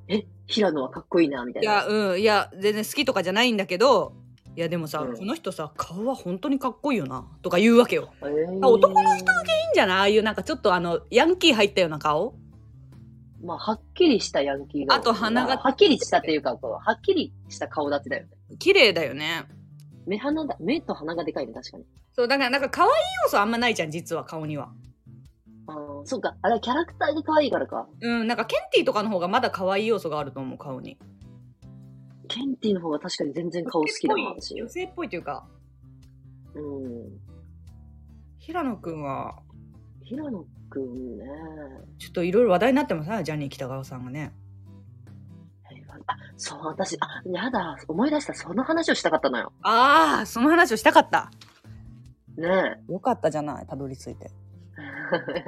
[SPEAKER 2] え、平野はかっこいいな、みたい
[SPEAKER 1] い
[SPEAKER 2] な。
[SPEAKER 1] や、うん、いや、全然好きとかじゃないんだけど、いや、でもさ、
[SPEAKER 2] うん
[SPEAKER 1] この人さ、顔は本当にかっこいいよな、とか言うわけよ。
[SPEAKER 2] えー
[SPEAKER 1] あ男の人だいいんじゃないああいうなんかちょっとあの、ヤンキー入ったような顔
[SPEAKER 2] まあ、はっきりしたヤンキーが。
[SPEAKER 1] あと鼻が
[SPEAKER 2] まあはっきりしたっていうか、こう、はっきりした顔立ちだよね。
[SPEAKER 1] 綺麗だよね。
[SPEAKER 2] 目鼻だ、目と鼻がでかいね、確かに。
[SPEAKER 1] そう、だからなんか可愛い要素あんまないじゃん、実は顔には。
[SPEAKER 2] ああ、そっか。あれ、キャラクターが可愛いからか。
[SPEAKER 1] うん、なんかケンティーとかの方がまだ可愛い要素があると思う、顔に。
[SPEAKER 2] ケンティの方が確かに全然顔好きだな、私。
[SPEAKER 1] 女性っぽいというか、
[SPEAKER 2] うん。
[SPEAKER 1] 平野くんは、
[SPEAKER 2] 平野くんね。
[SPEAKER 1] ちょっといろいろ話題になってますね、ジャニー喜多川さんがね。
[SPEAKER 2] あ、そう、私、あ、やだ、思い出した、その話をしたかったのよ。
[SPEAKER 1] ああ、その話をしたかった。
[SPEAKER 2] ね
[SPEAKER 1] よかったじゃない、たどり着いて。
[SPEAKER 2] え。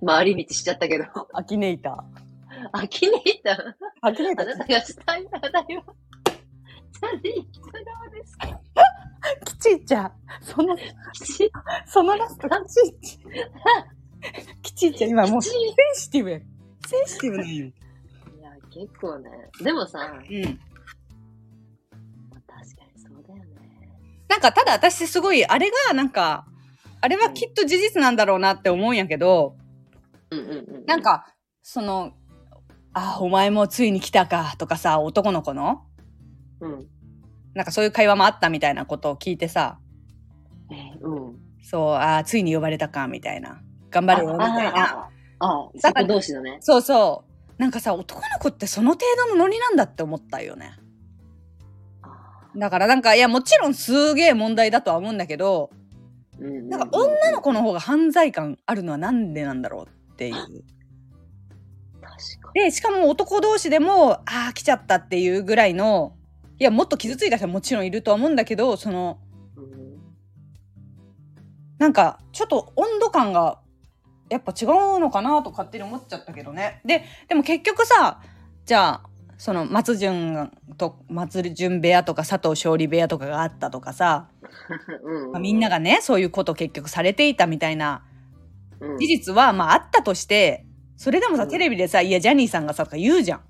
[SPEAKER 2] 回り道しちゃったけど。
[SPEAKER 1] アキネイター。
[SPEAKER 2] あ、気に入った。
[SPEAKER 1] アキネイタ
[SPEAKER 2] あ
[SPEAKER 1] ー
[SPEAKER 2] なたがしたい話題は、ジャニー喜多川ですか
[SPEAKER 1] きちいちゃん。その、
[SPEAKER 2] 吉
[SPEAKER 1] そのラ スト、きちいちゃ ん。きちいちゃん、今もうセ
[SPEAKER 2] 吉
[SPEAKER 1] ンシティブや。センシティブなんよ。
[SPEAKER 2] いや、結構ね。でもさ、まあ
[SPEAKER 1] うん。
[SPEAKER 2] 確かにそうだよね。
[SPEAKER 1] なんか、ただ私すごい、あれが、なんか、あれはきっと事実なんだろうなって思うんやけど、
[SPEAKER 2] うんうんうん。
[SPEAKER 1] なん、か、その、あ、お前もついに来たか、とかさ、男の子の、
[SPEAKER 2] うん。
[SPEAKER 1] なんかそういう会話もあったみたいなことを聞いてさ、
[SPEAKER 2] うん。
[SPEAKER 1] そう、あーついに呼ばれたか、みたいな。頑張れよ、みたいな。。
[SPEAKER 2] ああ、そこ同士のね。
[SPEAKER 1] そうそう。なんかさ、男の子ってその程度のノリなんだって思ったよね。だからなんか、いや、もちろんすげえ問題だとは思うんだけど、
[SPEAKER 2] な
[SPEAKER 1] なんか女の子の方が犯罪感あるのはなんでなんだろうっていう。
[SPEAKER 2] 確か
[SPEAKER 1] で、しかも男同士でも、ああ、来ちゃったっていうぐらいの、いや、もっと傷ついた人はもちろんいるとは思うんだけど、その、
[SPEAKER 2] に。うん
[SPEAKER 1] なんか、ちょっと温度感が、やっぱ違うのかなと勝手に思っちゃったけどね。で、でも結局さ、じゃあ、その松潤と松潤部屋とか佐藤勝利部屋とかがあったとかさ、
[SPEAKER 2] うん
[SPEAKER 1] まあみんな、がねそういうこと結局されていたみたいな
[SPEAKER 2] うん
[SPEAKER 1] 事実はまああったとしてそれでもさ
[SPEAKER 2] うん
[SPEAKER 1] テレビでさ「いやジャニーさんがさ」とか言うじゃん。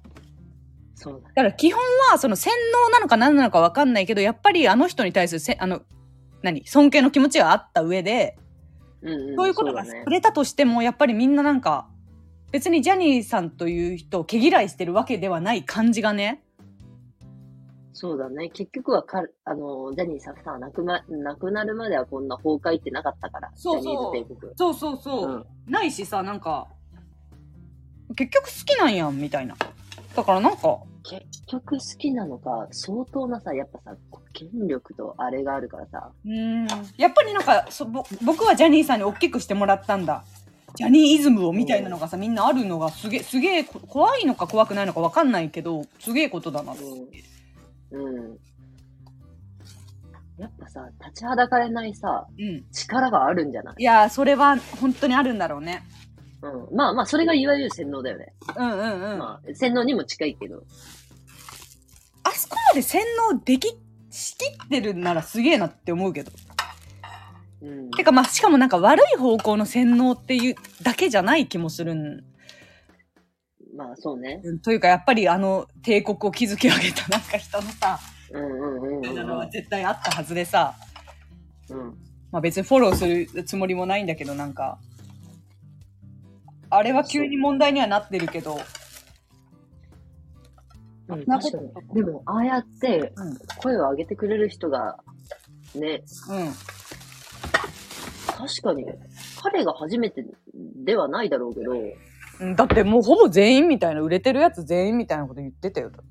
[SPEAKER 2] そうだね。
[SPEAKER 1] だから基本はその洗脳なのか何なのか分かんないけどやっぱりあの人に対するせあの何尊敬の気持ちがあった上で
[SPEAKER 2] うんん
[SPEAKER 1] そういうことが
[SPEAKER 2] そ
[SPEAKER 1] さ
[SPEAKER 2] だね
[SPEAKER 1] れたとしてもやっぱりみんななんか別にジャニーさんという人を毛嫌いしてるわけではない感じがね
[SPEAKER 2] そうだね。結局はか、あの、ジャニーさんさ、亡くな、亡くなるまではこんな崩壊ってなかったから。
[SPEAKER 1] そう
[SPEAKER 2] ジ
[SPEAKER 1] そう
[SPEAKER 2] ャニーズ帝国。、
[SPEAKER 1] そうそうそう
[SPEAKER 2] ん。
[SPEAKER 1] ないしさなんか結局好きなんやんみたいなだからなんか
[SPEAKER 2] 結局好きなのか、相当なさ、やっぱさ、権力とあれがあるからさ。
[SPEAKER 1] うーんやっぱりなんかそぼ僕はジャニーさんに大きくしてもらったんだジャニーイズムをみたいなのがさみんなあるのがすげえすげえこ怖いのか怖くないのかわかんないけどすげえことだなって
[SPEAKER 2] うん。やっぱさ、立ちはだかれないさ、
[SPEAKER 1] うん
[SPEAKER 2] 力があるんじゃない
[SPEAKER 1] いやーそれは本当にあるんだろうね
[SPEAKER 2] うん。まあまあ、それがいわゆる洗脳だよね。
[SPEAKER 1] うんうんうん、
[SPEAKER 2] まあ、洗脳にも近いけど。
[SPEAKER 1] あそこまで洗脳できしきってるならすげえなって思うけど
[SPEAKER 2] うん。
[SPEAKER 1] てかまあしかもなんか悪い方向の洗脳っていうだけじゃない気もするん
[SPEAKER 2] まあ、そうね。
[SPEAKER 1] というかやっぱりあの帝国を築き上げたなんか人のさ
[SPEAKER 2] うんうんうんうん
[SPEAKER 1] のは絶対あったはずでさ
[SPEAKER 2] うん。うん。
[SPEAKER 1] まあ別にフォローするつもりもないんだけどなんかあれは急に問題にはなってるけど
[SPEAKER 2] うん
[SPEAKER 1] な
[SPEAKER 2] 確かに。でも、ああやって
[SPEAKER 1] うん
[SPEAKER 2] 声を上げてくれる人が、ね、
[SPEAKER 1] うん
[SPEAKER 2] 確かに、彼が初めてではないだろうけど、
[SPEAKER 1] うんだってもうほぼ全員みたいな売れてるやつ全員みたいなこと言ってたよだって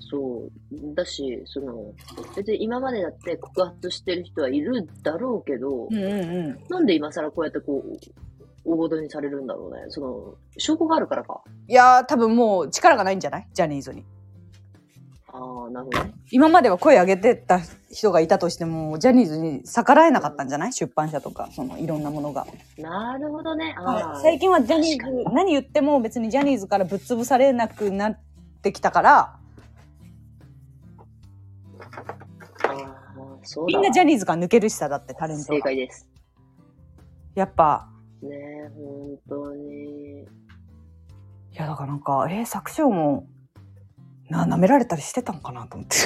[SPEAKER 2] そう、だし、その、別に今までだって告発してる人はいるだろうけど、
[SPEAKER 1] んうんうん
[SPEAKER 2] なんで今更こうやってこう、大ごとにされるんだろうね。その、証拠があるからか。
[SPEAKER 1] いやー多分もう力がないんじゃないジャニーズに
[SPEAKER 2] ああ、なるほどね。
[SPEAKER 1] 今までは声上げてた人がいたとしてもジャニーズに逆らえなかったんじゃない出版社とかそのいろんなものが、
[SPEAKER 2] なるほどね。あ
[SPEAKER 1] は
[SPEAKER 2] あ、
[SPEAKER 1] い、最近はジャニ
[SPEAKER 2] 確
[SPEAKER 1] ーズ何言っても別にジャニーズからぶっ潰されなくなってきたから
[SPEAKER 2] そう
[SPEAKER 1] みんなジャ
[SPEAKER 2] ニ
[SPEAKER 1] ニーズから抜けるしさだってタレント
[SPEAKER 2] 正
[SPEAKER 1] が
[SPEAKER 2] 解です。
[SPEAKER 1] やっぱ
[SPEAKER 2] ねえ、本当に。
[SPEAKER 1] いやだからなんかえー、作詞もな舐められたりしてたんかなと思って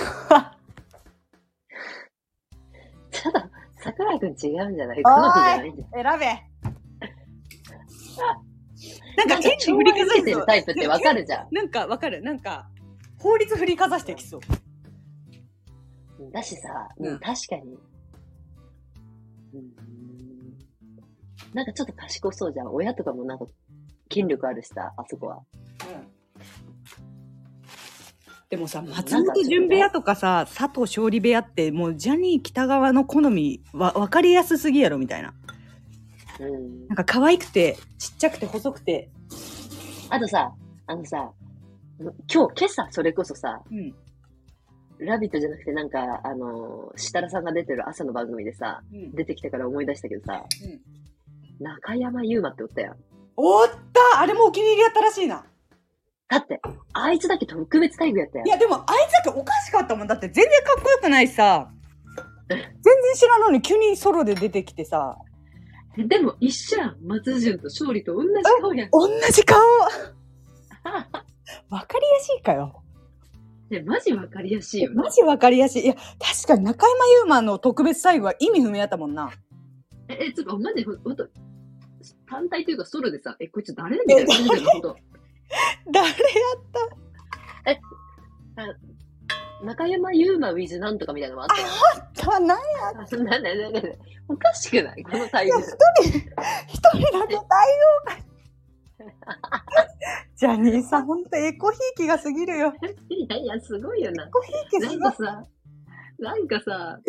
[SPEAKER 2] ただ、桜井くん違うんじゃな
[SPEAKER 1] おい
[SPEAKER 2] い好みじゃないんじゃ
[SPEAKER 1] 選べなん
[SPEAKER 2] な
[SPEAKER 1] か
[SPEAKER 2] んか
[SPEAKER 1] 権利振りかざして
[SPEAKER 2] て
[SPEAKER 1] る
[SPEAKER 2] るタイプってわかるじゃ。
[SPEAKER 1] なんかわかるなんか法律振りかざしてきそうん
[SPEAKER 2] だしさ、
[SPEAKER 1] うん
[SPEAKER 2] うん、確かに。うん。なんかちょっと賢そうじゃん。親とかもなんか、権力あるしさ、あそこは。
[SPEAKER 1] でもさ、
[SPEAKER 2] ん
[SPEAKER 1] 松本潤部屋とかさ、佐藤勝利部屋って、もうジャニー北川の好みは分かりやすすぎやろみたいな。
[SPEAKER 2] うん
[SPEAKER 1] な。んか可愛くて、ちっちゃくて細くて。
[SPEAKER 2] あとさ、あのさ、今日、今朝、それこそさ、
[SPEAKER 1] うん。
[SPEAKER 2] ラビットじゃなくて、なんか、あのー設楽さんが出てる朝の番組でさ、
[SPEAKER 1] うん、
[SPEAKER 2] 出てきたから思い出したけどさ、中山優馬っておったやん。
[SPEAKER 1] おったあれもお気に入りやったらしいな。
[SPEAKER 2] だって、あいつだけ特別待遇やったやん
[SPEAKER 1] い。や、でもあいつだけおかしかったもん。だって全然かっこよくないしさ。全然知らないのに急にソロで出てきてさ。
[SPEAKER 2] でも一緒やん。松潤と勝利と同じ顔 やん。
[SPEAKER 1] 同じ顔わかりやすいかよ。
[SPEAKER 2] ね、マジわかりやすいよな
[SPEAKER 1] マ。ジわかりやすい。いや、確かに中山優馬の特別最後は意味不明やったもんな。
[SPEAKER 2] え、え、つうか、マジほんほんと、単体というかソロでさ、え、こいつ誰みたいな感じだよほんと。
[SPEAKER 1] 誰や
[SPEAKER 2] 中山優馬 with なんとかみたいなのもあったや
[SPEAKER 1] っ
[SPEAKER 2] ん。
[SPEAKER 1] たな
[SPEAKER 2] なんだなんだなんだおかしくないこのタイ
[SPEAKER 1] いや、
[SPEAKER 2] ミ
[SPEAKER 1] 一
[SPEAKER 2] ング。
[SPEAKER 1] 人、一人だけ対応が。 ジャニーさん、ほんとエコひいきが過ぎるよ。
[SPEAKER 2] いやいや、すごいよ な
[SPEAKER 1] エ。コひいき
[SPEAKER 2] な
[SPEAKER 1] す
[SPEAKER 2] ん
[SPEAKER 1] ごい
[SPEAKER 2] か。さ、なんかさ、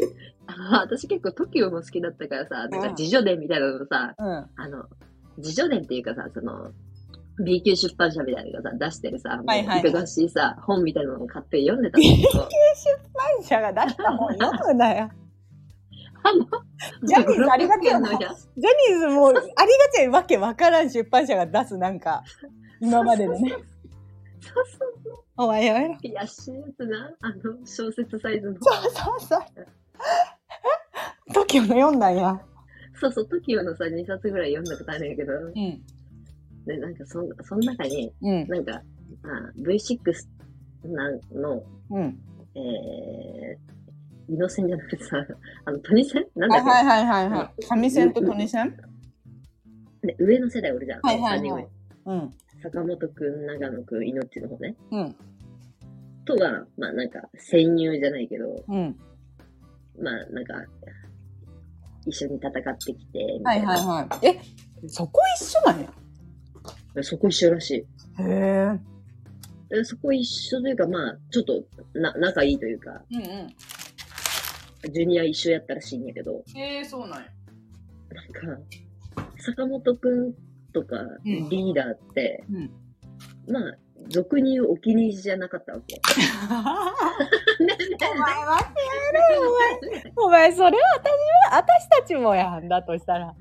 [SPEAKER 2] あの私結構 TOKIO も好きだったからさ、なんか自助伝みたいなのさ、
[SPEAKER 1] うん。
[SPEAKER 2] あの、自助伝っていうかさ、その、B 級出版社みたいなのがさ、出してるさ、
[SPEAKER 1] はいはい
[SPEAKER 2] 忙しいさ、本みたいなのを買って読んでたんだけ ど、
[SPEAKER 1] 感謝が出したもん読むなよ。
[SPEAKER 2] あの、
[SPEAKER 1] ジャニーズありがちや な
[SPEAKER 2] のじゃ
[SPEAKER 1] ジャ
[SPEAKER 2] ん。
[SPEAKER 1] ニーズもうありがちやわけわからん出版社が出すなん か、今までのね。
[SPEAKER 2] そうそうそう。
[SPEAKER 1] お前やめろ。
[SPEAKER 2] 悔しいやつな、あの、小説サイズの。
[SPEAKER 1] そうそうそう。TOKIO の読んだんや。
[SPEAKER 2] そうそう、TOKIO のさ、2冊ぐらい読んだことあるんやけど、
[SPEAKER 1] うん。
[SPEAKER 2] で、なんかそん、その中に、
[SPEAKER 1] うん。
[SPEAKER 2] なんか、まあ、V6 なんの、
[SPEAKER 1] うん。
[SPEAKER 2] えー、イノセンじゃなくてさ、あの、トニセンなんだ
[SPEAKER 1] は
[SPEAKER 2] っ
[SPEAKER 1] い
[SPEAKER 2] け、
[SPEAKER 1] はいはいはいはい。三味線とトニセン
[SPEAKER 2] で上の世代俺じゃん。
[SPEAKER 1] はいはいはい
[SPEAKER 2] 三人目
[SPEAKER 1] うん。
[SPEAKER 2] 坂本くん、長野くん、イノッチの方ね。
[SPEAKER 1] うん。
[SPEAKER 2] とは、まあなんか、戦友じゃないけど、
[SPEAKER 1] うん。
[SPEAKER 2] まあなんか、一緒に戦ってきて、
[SPEAKER 1] は
[SPEAKER 2] みた
[SPEAKER 1] い
[SPEAKER 2] いな。
[SPEAKER 1] はいはい。え、そこ一緒なんや。
[SPEAKER 2] そこ一緒らしい。
[SPEAKER 1] へえ。
[SPEAKER 2] でそこ一緒というか、まあ、ちょっと、な、仲いいというか、
[SPEAKER 1] うんうん。
[SPEAKER 2] ジュニア一緒やったらしいんやけど、
[SPEAKER 1] へえ、そうなんや。
[SPEAKER 2] なんか、坂本くんとか
[SPEAKER 1] うん
[SPEAKER 2] リーダーって、
[SPEAKER 1] うん
[SPEAKER 2] まあ、俗に言うお気に入りじゃなかったわけ。
[SPEAKER 1] お前は お前、それは私は、私たちもやんだとした ら。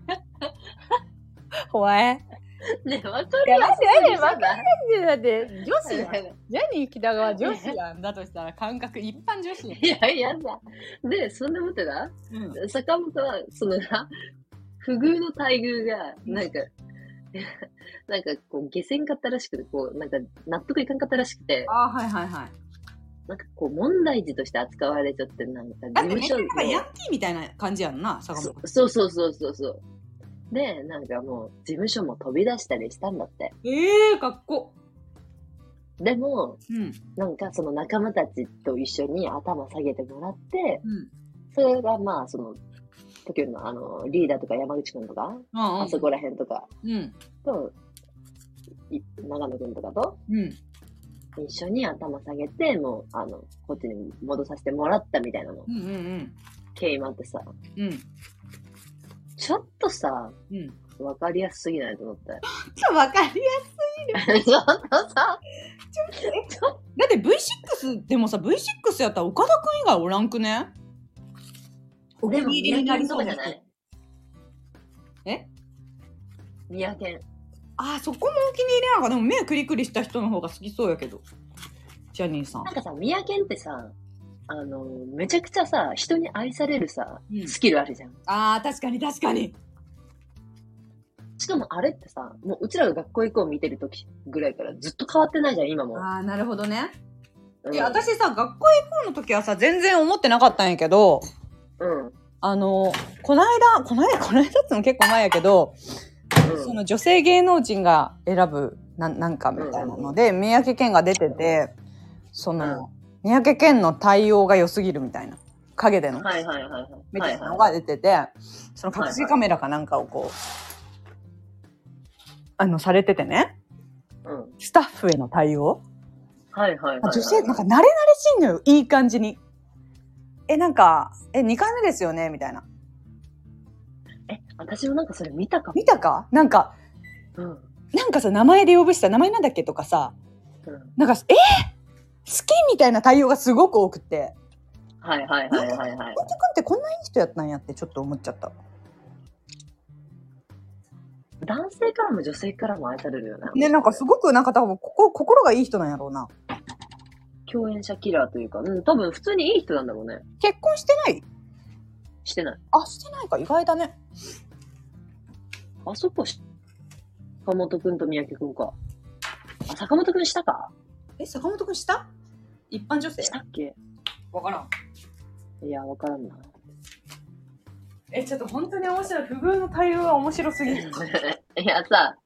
[SPEAKER 1] お前、
[SPEAKER 2] ねえ、わか
[SPEAKER 1] い
[SPEAKER 2] る
[SPEAKER 1] や
[SPEAKER 2] よ。
[SPEAKER 1] 待って待ってわ
[SPEAKER 2] かる
[SPEAKER 1] だって女子やん。
[SPEAKER 2] よ。
[SPEAKER 1] ジャニー喜多川女子やんだとしたら感覚一般女子やん。
[SPEAKER 2] いやいやさ。で、そんなことな、
[SPEAKER 1] うん。
[SPEAKER 2] 坂本は、そのな、不遇の待遇が、なんか、 なんかこう、下船かったらしくて、こう、なんか納得いかんかったらしくて、
[SPEAKER 1] あーはいはいはい。
[SPEAKER 2] なんかこう、問題児として扱われちゃって、なんか事
[SPEAKER 1] だって
[SPEAKER 2] 務
[SPEAKER 1] めっち
[SPEAKER 2] 所
[SPEAKER 1] ゃなんかヤンキーみたいな感じやんな、坂本。
[SPEAKER 2] そそうそうそうそうそう。で、なんかもう、事務所も飛び出したりしたんだって。
[SPEAKER 1] ええー、かっこ。
[SPEAKER 2] でも、
[SPEAKER 1] うん。
[SPEAKER 2] なんかその仲間たちと一緒に頭下げてもらって、
[SPEAKER 1] うん。
[SPEAKER 2] それがまあ、その、時のあの、リーダーとか山口くんとか、
[SPEAKER 1] あ
[SPEAKER 2] あそこら辺とか
[SPEAKER 1] うん。
[SPEAKER 2] と、い長野くんとかと
[SPEAKER 1] うん。
[SPEAKER 2] 一緒に頭下げて、もう、あの、こっちに戻させてもらったみたいなの
[SPEAKER 1] う、んうん
[SPEAKER 2] 経緯もあってさ、
[SPEAKER 1] うん。うん。
[SPEAKER 2] ちょっとさ、
[SPEAKER 1] うん。
[SPEAKER 2] わかりやすすぎないと思って。
[SPEAKER 1] ちょっ とわかりや
[SPEAKER 2] ちょっとさ、
[SPEAKER 1] だって V6 でもさ V6 やったら岡田くん以外おらんくねお
[SPEAKER 2] でも、
[SPEAKER 1] 気に入りになりそう
[SPEAKER 2] じ
[SPEAKER 1] な
[SPEAKER 2] ゃ
[SPEAKER 1] 人
[SPEAKER 2] ない
[SPEAKER 1] え
[SPEAKER 2] 三宅。
[SPEAKER 1] あそこもお気に入りなのかでも目クリクリした人の方が好きそうやけどジャニーさん
[SPEAKER 2] なんかさ、三宅ってさ、あの、めちゃくちゃさ、人に愛されるさ、
[SPEAKER 1] うん
[SPEAKER 2] スキルあるじゃん。
[SPEAKER 1] あー、確かに確かに。
[SPEAKER 2] しかもあれってさ、もううちらが学校行こう見てる時ぐらいからずっと変わってないじゃん、今も。
[SPEAKER 1] あー、なるほどね。
[SPEAKER 2] うん
[SPEAKER 1] いや、私さ、学校へ行こうの時はさ、全然思ってなかったんやけど、
[SPEAKER 2] うん。うん。
[SPEAKER 1] あの、こないだ、こないだ、こないだってのも結構前やけど、その女性芸能人が選ぶなんなんかみたいなので、三宅健が出てて、その、三宅健の対応が良すぎるみたいな、陰での、
[SPEAKER 2] はいはいはいはい。
[SPEAKER 1] みたいなのが
[SPEAKER 2] はい
[SPEAKER 1] 出てて、その隠しカメラかなんかをこう、あの、されててね、
[SPEAKER 2] はいうん。
[SPEAKER 1] スタッフへの対応
[SPEAKER 2] はいはいはいはい。
[SPEAKER 1] 女性、なんか慣れ慣れしいのよ、いい感じに。え、なんか、え、2回目ですよねみたいな。
[SPEAKER 2] え、私もなんかそれ見たかも。
[SPEAKER 1] 見たかなんか、
[SPEAKER 2] うん。うん。
[SPEAKER 1] なんかさ、名前で呼ぶしさ、名前なんだっけとかさ、なんか、えー好きみたいな対応がすごく多くて、
[SPEAKER 2] はいはいはいはいはい
[SPEAKER 1] ポ。ンチ君ってこんないい人やったんやってちょっと思っちゃった。
[SPEAKER 2] 男性からも女性からも愛されるよな。
[SPEAKER 1] ね、なんかすごく、なんか多分、ここ、心がいい人なんやろうな。
[SPEAKER 2] 共演者キラーというか、うん、多分普通にいい人なんだろうね。
[SPEAKER 1] 結婚してない
[SPEAKER 2] してない。
[SPEAKER 1] あ、してないか、意外だね。
[SPEAKER 2] あそこし、坂本くんと三宅くんか。あ、坂本くんしたか
[SPEAKER 1] え、坂本君した一般女性
[SPEAKER 2] したっけ
[SPEAKER 1] わからん。
[SPEAKER 2] いや、わからん な。
[SPEAKER 1] え、ちょっと本当に面白い。不遇の対応が面白すぎる。
[SPEAKER 2] いや、さ、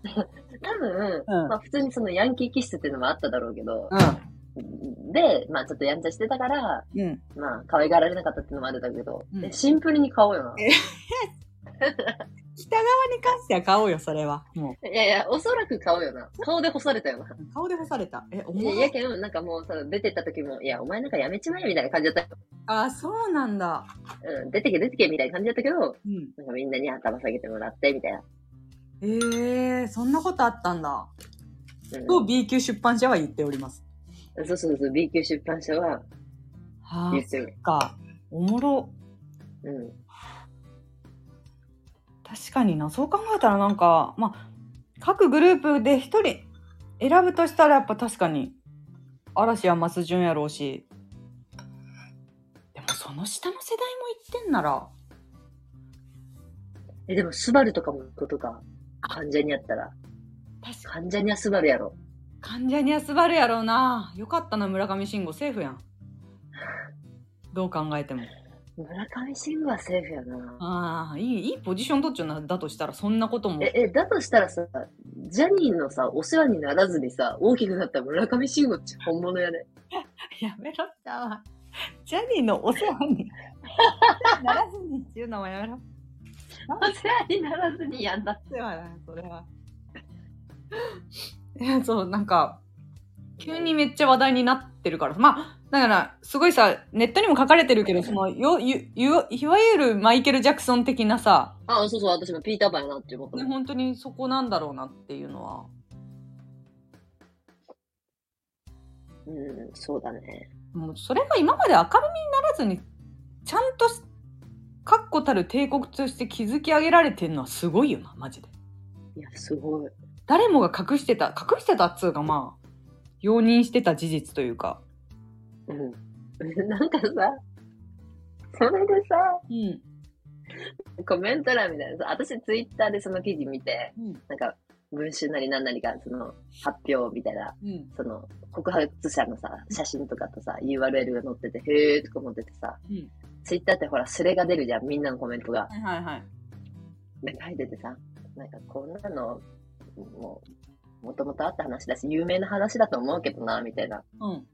[SPEAKER 2] 多分、
[SPEAKER 1] うん
[SPEAKER 2] まあ普通にそのヤンキー気質っていうのもあっただろうけど、
[SPEAKER 1] う
[SPEAKER 2] で、まあちょっとやんちゃしてたから、
[SPEAKER 1] ん。うん。
[SPEAKER 2] まあ可愛がられなかったっていうのもあるだけど、
[SPEAKER 1] うん
[SPEAKER 2] えシンプルに顔よな。
[SPEAKER 1] え北側に関しては買おうよ、それは。も
[SPEAKER 2] いやいや、おそらく顔よな。顔で干されたよな。
[SPEAKER 1] う。顔で干された。え、お
[SPEAKER 2] い
[SPEAKER 1] も
[SPEAKER 2] や、
[SPEAKER 1] ろい
[SPEAKER 2] いやけど、なんかもうさ、出てった時も、いや、お前なんかやめちまえみたいな感じだった。
[SPEAKER 1] あ、そうなんだ。
[SPEAKER 2] うん、出てけ出てけみたいな感じだったけど、
[SPEAKER 1] うん。
[SPEAKER 2] なんかみんなに頭下げてもらって、みたいな。
[SPEAKER 1] えー、そんなことあったんだ。
[SPEAKER 2] うん
[SPEAKER 1] と B 級出版社は言っております。
[SPEAKER 2] そうそうそう、B 級出版社は
[SPEAKER 1] は
[SPEAKER 2] 言ってる。
[SPEAKER 1] か。おもろ。
[SPEAKER 2] うん。
[SPEAKER 1] 確かにな。そう考えたらなんか、まあ、各グループで一人選ぶとしたらやっぱ確かに、嵐やマス順やろうし。でもその下の世代も言ってんなら、
[SPEAKER 2] え、でも、スバルとかもことか、関ジャニやったら、
[SPEAKER 1] 確か
[SPEAKER 2] 関ジャニはスバルやろ。
[SPEAKER 1] に関ジャニはスバルやろうな。よかったな、村上信五セーフやん。どう考えても。
[SPEAKER 2] 村上信五はセーフやな。
[SPEAKER 1] ああ、いい、いいポジション取っちゃうな、だとしたら、そんなことも。
[SPEAKER 2] え、え、だとしたらさ、ジャニーのさ、お世話にならずにさ、大きくなった村上信五っち本物やね。
[SPEAKER 1] やめろだわ。ジャニーのお世話にならずにっていうのはやめろ。
[SPEAKER 2] お世話にならずにやんだ。
[SPEAKER 1] お世話だな、それは。いや、そう、なんか、急にめっちゃ話題になってるから、まあ、だから、すごいさ、ネットにも書かれてるけど、その、よ、ゆ、ゆ、いわゆるマイケル・ジャクソン的なさ、
[SPEAKER 2] あ、そうそう、私もピーターパンやなって思った
[SPEAKER 1] ね、
[SPEAKER 2] もん。
[SPEAKER 1] 本当にそこなんだろうなっていうのは。
[SPEAKER 2] うん、そうだね。
[SPEAKER 1] もうそれが今まで明るみにならずにちゃんとし確固たる帝国として築き上げられてるのはすごいよなマジで
[SPEAKER 2] いや、すごい。
[SPEAKER 1] 誰もが隠してた隠してたっつうかまあ容認してた事実というか
[SPEAKER 2] うん。 なんかさ、それでさ、
[SPEAKER 1] うん
[SPEAKER 2] コメント欄みたいなさ、私ツイッターでその記事見て、
[SPEAKER 1] うん
[SPEAKER 2] なんか、文集なり何なりが、その、発表みたいな、
[SPEAKER 1] うん
[SPEAKER 2] その、告発者のさ、写真とかとさ、URL が載ってて、へーとか思っててさ、
[SPEAKER 1] うん
[SPEAKER 2] ツイッターってほら、スレが出るじゃん、みんなのコメントが。
[SPEAKER 1] はいはいはい
[SPEAKER 2] で書いててさ、なんか、こんなの、もう、もともとあった話だし、有名な話だと思うけどな、みたいな。
[SPEAKER 1] うん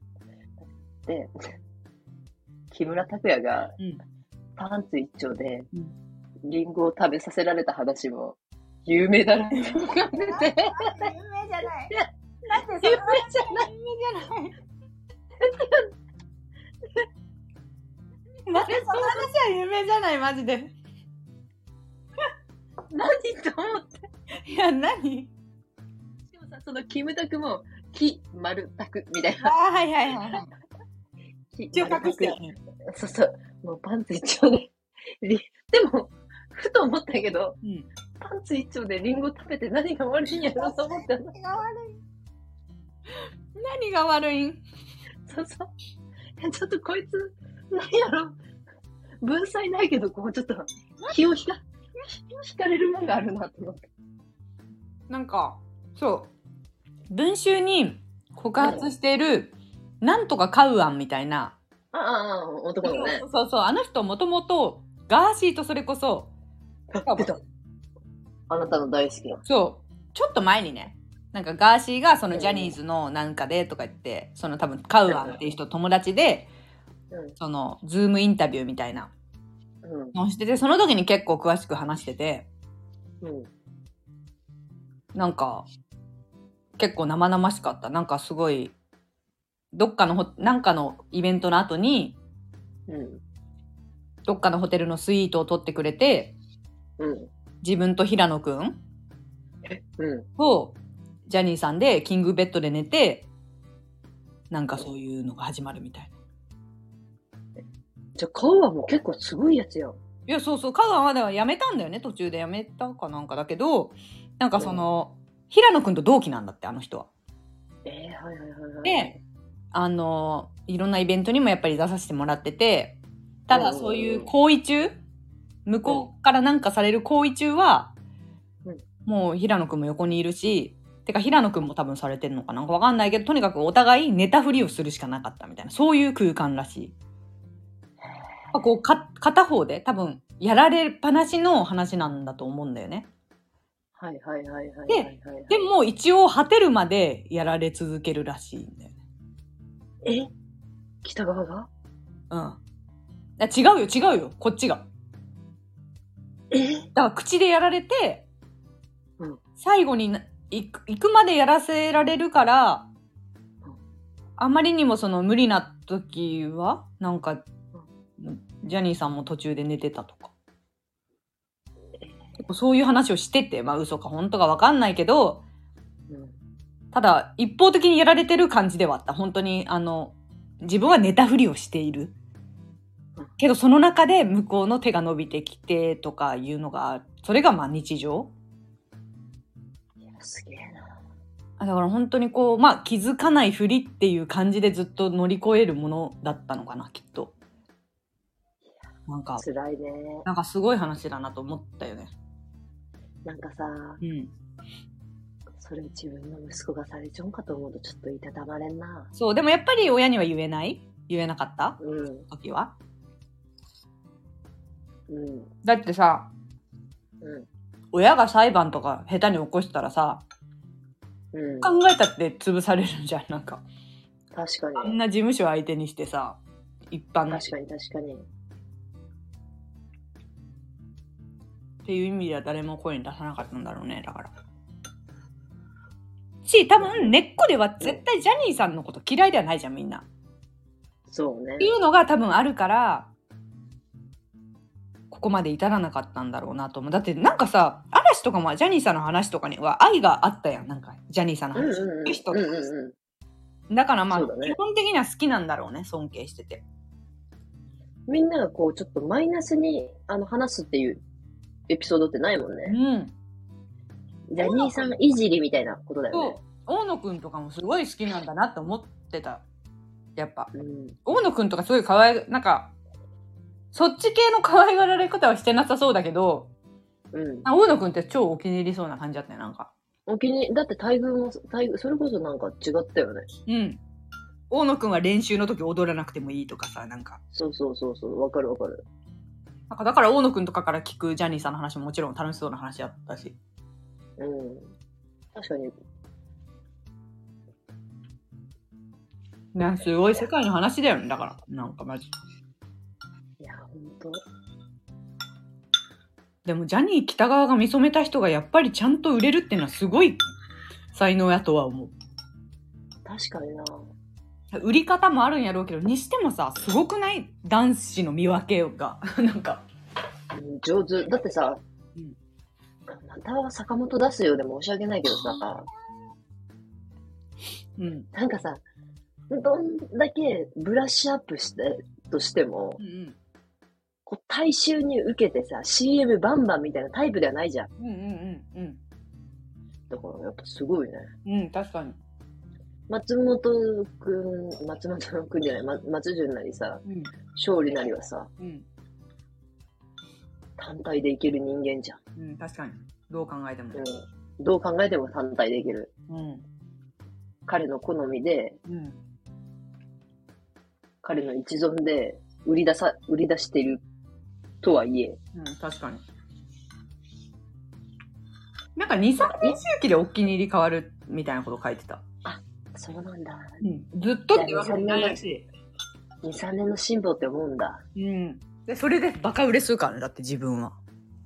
[SPEAKER 2] で、木村拓哉が
[SPEAKER 1] うん
[SPEAKER 2] パンツ一丁で
[SPEAKER 1] うん
[SPEAKER 2] リンゴを食べさせられた話も有名 だなって思ってて、
[SPEAKER 1] 有名じゃないだっ
[SPEAKER 2] 有名じ
[SPEAKER 1] 有
[SPEAKER 2] ゃない。
[SPEAKER 1] 名じゃないなん でその話は有名じゃないマジで
[SPEAKER 2] 何と思って。
[SPEAKER 1] いや何
[SPEAKER 2] でもさ、そのキムタクも、キ、丸、タクみたい
[SPEAKER 1] あ
[SPEAKER 2] な。
[SPEAKER 1] ーはいはい はいはい
[SPEAKER 2] キ
[SPEAKER 1] 一応
[SPEAKER 2] 丸
[SPEAKER 1] 隠してよ
[SPEAKER 2] タクそうそう。もうパンツ一丁で。リでも、ふと思ったけど、
[SPEAKER 1] うん
[SPEAKER 2] パンツ一丁でリンゴ食べて何が悪いんやろと 思ったの。
[SPEAKER 1] 何が悪いん
[SPEAKER 2] そうそう。ちょっとこいつ、何やろ。文才ないけど、こう、ちょっと、気を引か、引かれるもんがあるなと思って。
[SPEAKER 1] なんか、そう、文集に告発している、なんとかカウアンみたいな、
[SPEAKER 2] ああ、ああ、男のね
[SPEAKER 1] そう。そうそう、あの人もともと、ガーシーとそれこそ、
[SPEAKER 2] あ出た。あなたの大好きな。
[SPEAKER 1] そう、ちょっと前にね、なんかガーシーがそのジャニーズのなんかでとか言って、その多分カウアンっていう人友達で、
[SPEAKER 2] うん
[SPEAKER 1] そのズームインタビューみたいな
[SPEAKER 2] うん。
[SPEAKER 1] のをしてて、その時に結構詳しく話してて、
[SPEAKER 2] うん。
[SPEAKER 1] なんか、結構生々しかった。なんかすごい、どっかのほ、なんかのイベントの後に、
[SPEAKER 2] うん。
[SPEAKER 1] どっかのホテルのスイートを取ってくれて、
[SPEAKER 2] うん。
[SPEAKER 1] 自分と平野くん
[SPEAKER 2] うん。
[SPEAKER 1] をジャニーさんでキングベッドで寝て、なんかそういうのが始まるみたいな。
[SPEAKER 2] じゃあ、顔はもう結構すごいやつやん。
[SPEAKER 1] いや、そうそう、香川までは辞めたんだよね。途中で辞めたかなんかだけど、なんかその、平野くんと同期なんだって、あの人は。
[SPEAKER 2] ええはいはいはいはい。
[SPEAKER 1] であのいろんなイベントにもやっぱり出させてもらっててただそういう行為中向こうからなんかされる行為中は、
[SPEAKER 2] うん
[SPEAKER 1] もう平野くんも横にいるしてか平野くんも多分されてるのかななんかわかんないけどとにかくお互い寝たふりをするしかなかったみたいなそういう空間らしい。やっぱこうか片方で多分やられっぱなしの話なんだと思うんだよね。
[SPEAKER 2] はいはいはいはいはいはい。
[SPEAKER 1] で、も一応果てるまでやられ続けるらしいんだよね。
[SPEAKER 2] え北側が
[SPEAKER 1] うん。あ違うよ、違うよ、こっちが。
[SPEAKER 2] え
[SPEAKER 1] だから口でやられて、
[SPEAKER 2] うん
[SPEAKER 1] 最後にな行く行くまでやらせられるから
[SPEAKER 2] うん、
[SPEAKER 1] あまりにもその無理な時は、なんか、ジャニーさんも途中で寝てたとか。結構そういう話をしてて、まあ嘘か本当かわかんないけど、
[SPEAKER 2] うん。
[SPEAKER 1] ただ一方的にやられてる感じではあった。本当に、あの、自分は寝たふりをしている
[SPEAKER 2] うん。
[SPEAKER 1] けどその中で向こうの手が伸びてきてとかいうのが、それがまあ日常。
[SPEAKER 2] いや、すげえな。
[SPEAKER 1] あだから本当にこう、まあ気づかないふりっていう感じでずっと乗り越えるものだったのかな、きっと。なんか、
[SPEAKER 2] 辛いね。
[SPEAKER 1] なんかすごい話だなと思ったよね。
[SPEAKER 2] なんかさ、
[SPEAKER 1] うん。
[SPEAKER 2] それ自分の息子がされちゃうんかと思うとちょっといたたまれんな。
[SPEAKER 1] そう、でもやっぱり親には言えない言えなかった
[SPEAKER 2] うん、
[SPEAKER 1] 時は。
[SPEAKER 2] うん、
[SPEAKER 1] だってさ、
[SPEAKER 2] うん、
[SPEAKER 1] 親が裁判とか下手に起こしたらさ、
[SPEAKER 2] うん。
[SPEAKER 1] 考えたって潰されるじゃんなんか
[SPEAKER 2] 確か
[SPEAKER 1] あん
[SPEAKER 2] に。
[SPEAKER 1] な事務所相手にしてさ一般のっ
[SPEAKER 2] 確かに確かに。
[SPEAKER 1] ていう意味では誰も声に出さなかったんだろうねだからし多分根っこでは絶対ジャニーさんのこと嫌いではないじゃんみんなっ
[SPEAKER 2] そうね
[SPEAKER 1] て。いうのが多分あるからここまで至らなかったんだろうなと思うだってなんかさ嵐とかもジャニーさんの話とかには愛があったやんなんかジャニーさんの
[SPEAKER 2] うんうん
[SPEAKER 1] 話、
[SPEAKER 2] うん。
[SPEAKER 1] 人
[SPEAKER 2] うんうんう
[SPEAKER 1] だからまあ、
[SPEAKER 2] そうだね
[SPEAKER 1] 基本的には好きなんだろうね尊敬してて
[SPEAKER 2] ん。みんながこう、ちょっとマイナスにあの話すっていうエピソードってないもん
[SPEAKER 1] う
[SPEAKER 2] ね。
[SPEAKER 1] ん
[SPEAKER 2] ジャニーさんいじりみたいなことだよ
[SPEAKER 1] そう
[SPEAKER 2] ね。
[SPEAKER 1] 大野くんとかもすごい好きなんだなって思ってたやっぱ
[SPEAKER 2] うん。
[SPEAKER 1] 大野くんとかすごい可愛いなんかそっち系の可愛がられ方はしてなさそうだけど
[SPEAKER 2] うん。
[SPEAKER 1] あ大野くんって超お気に入りそうな感じだったよなんか
[SPEAKER 2] お気に、だって待遇も、待遇、それこそなんか違ったよね。
[SPEAKER 1] うん大野くんは練習の時踊らなくてもいいとかさなんか
[SPEAKER 2] そうそうそうそう。わかるわかる。
[SPEAKER 1] なんかだから大野くんとかから聞くジャニーさんの話ももちろん楽しそうな話だったし
[SPEAKER 2] うん。確かに。
[SPEAKER 1] ねすごい世界の話だよねだからなんかマジ
[SPEAKER 2] いや、ほんと。
[SPEAKER 1] でもジャニー北川が見初めた人がやっぱりちゃんと売れるっていうのはすごい才能やとは思う
[SPEAKER 2] 確かにな。
[SPEAKER 1] 売り方もあるんやろうけどにしてもさすごくない男子の見分けが なんか
[SPEAKER 2] うん上手。だってさ、
[SPEAKER 1] うん
[SPEAKER 2] または坂本出すようで申し訳ないけどさ、
[SPEAKER 1] うん
[SPEAKER 2] なんかさ、どんだけブラッシュアップして、としても
[SPEAKER 1] う、ん
[SPEAKER 2] こう大衆に受けてさ、CM バンバンみたいなタイプではないじゃん。
[SPEAKER 1] うんうんうんうん
[SPEAKER 2] だからやっぱすごいね。
[SPEAKER 1] うん確かに
[SPEAKER 2] 松本くん、松本くんじゃない、ま、松潤なりさ、
[SPEAKER 1] うん。
[SPEAKER 2] 勝利なりはさ、
[SPEAKER 1] うん。
[SPEAKER 2] 単体でいける人間じゃん。
[SPEAKER 1] うん、確かに。どう考えても。
[SPEAKER 2] うん。どう考えても単体でいける。
[SPEAKER 1] うん。
[SPEAKER 2] 彼の好みで、
[SPEAKER 1] うん。
[SPEAKER 2] 彼の一存で売り出さ、売り出してるとはいえ、
[SPEAKER 1] うん、確かに。なんか2、3年周期でお気に入り変わるみたいなこと書いてた。
[SPEAKER 2] そうなんだ。
[SPEAKER 1] うん、ずっとってわけじゃないらし
[SPEAKER 2] 2、3年の辛抱って思うんだ。
[SPEAKER 1] い。うん。で、それでバカ売れするからね、だって自分は。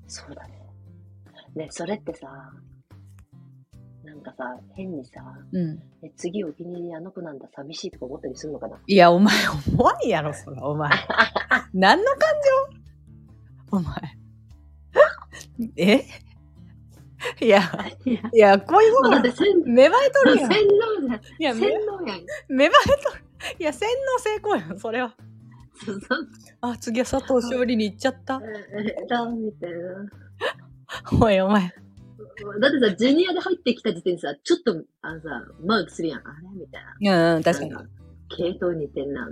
[SPEAKER 2] そうだね。ね、それってさ、なんかさ、変にさ、
[SPEAKER 1] うん。
[SPEAKER 2] え次お気に入りあの子なんだ、寂しいとか思ったりするのかない
[SPEAKER 1] や、お前、思わんやろ、そら、お前。何の感情お前。えいや、
[SPEAKER 2] いや、
[SPEAKER 1] いや、こういうも
[SPEAKER 2] だっ
[SPEAKER 1] の、
[SPEAKER 2] て洗
[SPEAKER 1] 芽生えと
[SPEAKER 2] 脳
[SPEAKER 1] る
[SPEAKER 2] や
[SPEAKER 1] や
[SPEAKER 2] ん。
[SPEAKER 1] ん。いや、
[SPEAKER 2] 洗脳やん。洗
[SPEAKER 1] 芽
[SPEAKER 2] 脳やん。
[SPEAKER 1] 芽生えとる。いや、洗脳成功やん、それは。
[SPEAKER 2] そうそう。
[SPEAKER 1] あ、次は佐藤勝利に行っちゃった。
[SPEAKER 2] だ、みたいな。
[SPEAKER 1] おい、お前。
[SPEAKER 2] だってさ、ジュニアで入ってきた時点でさ、ちょっと、あのさ、マークするやん。あれみたいな。
[SPEAKER 1] うん、確
[SPEAKER 2] なんか。系統似てんな。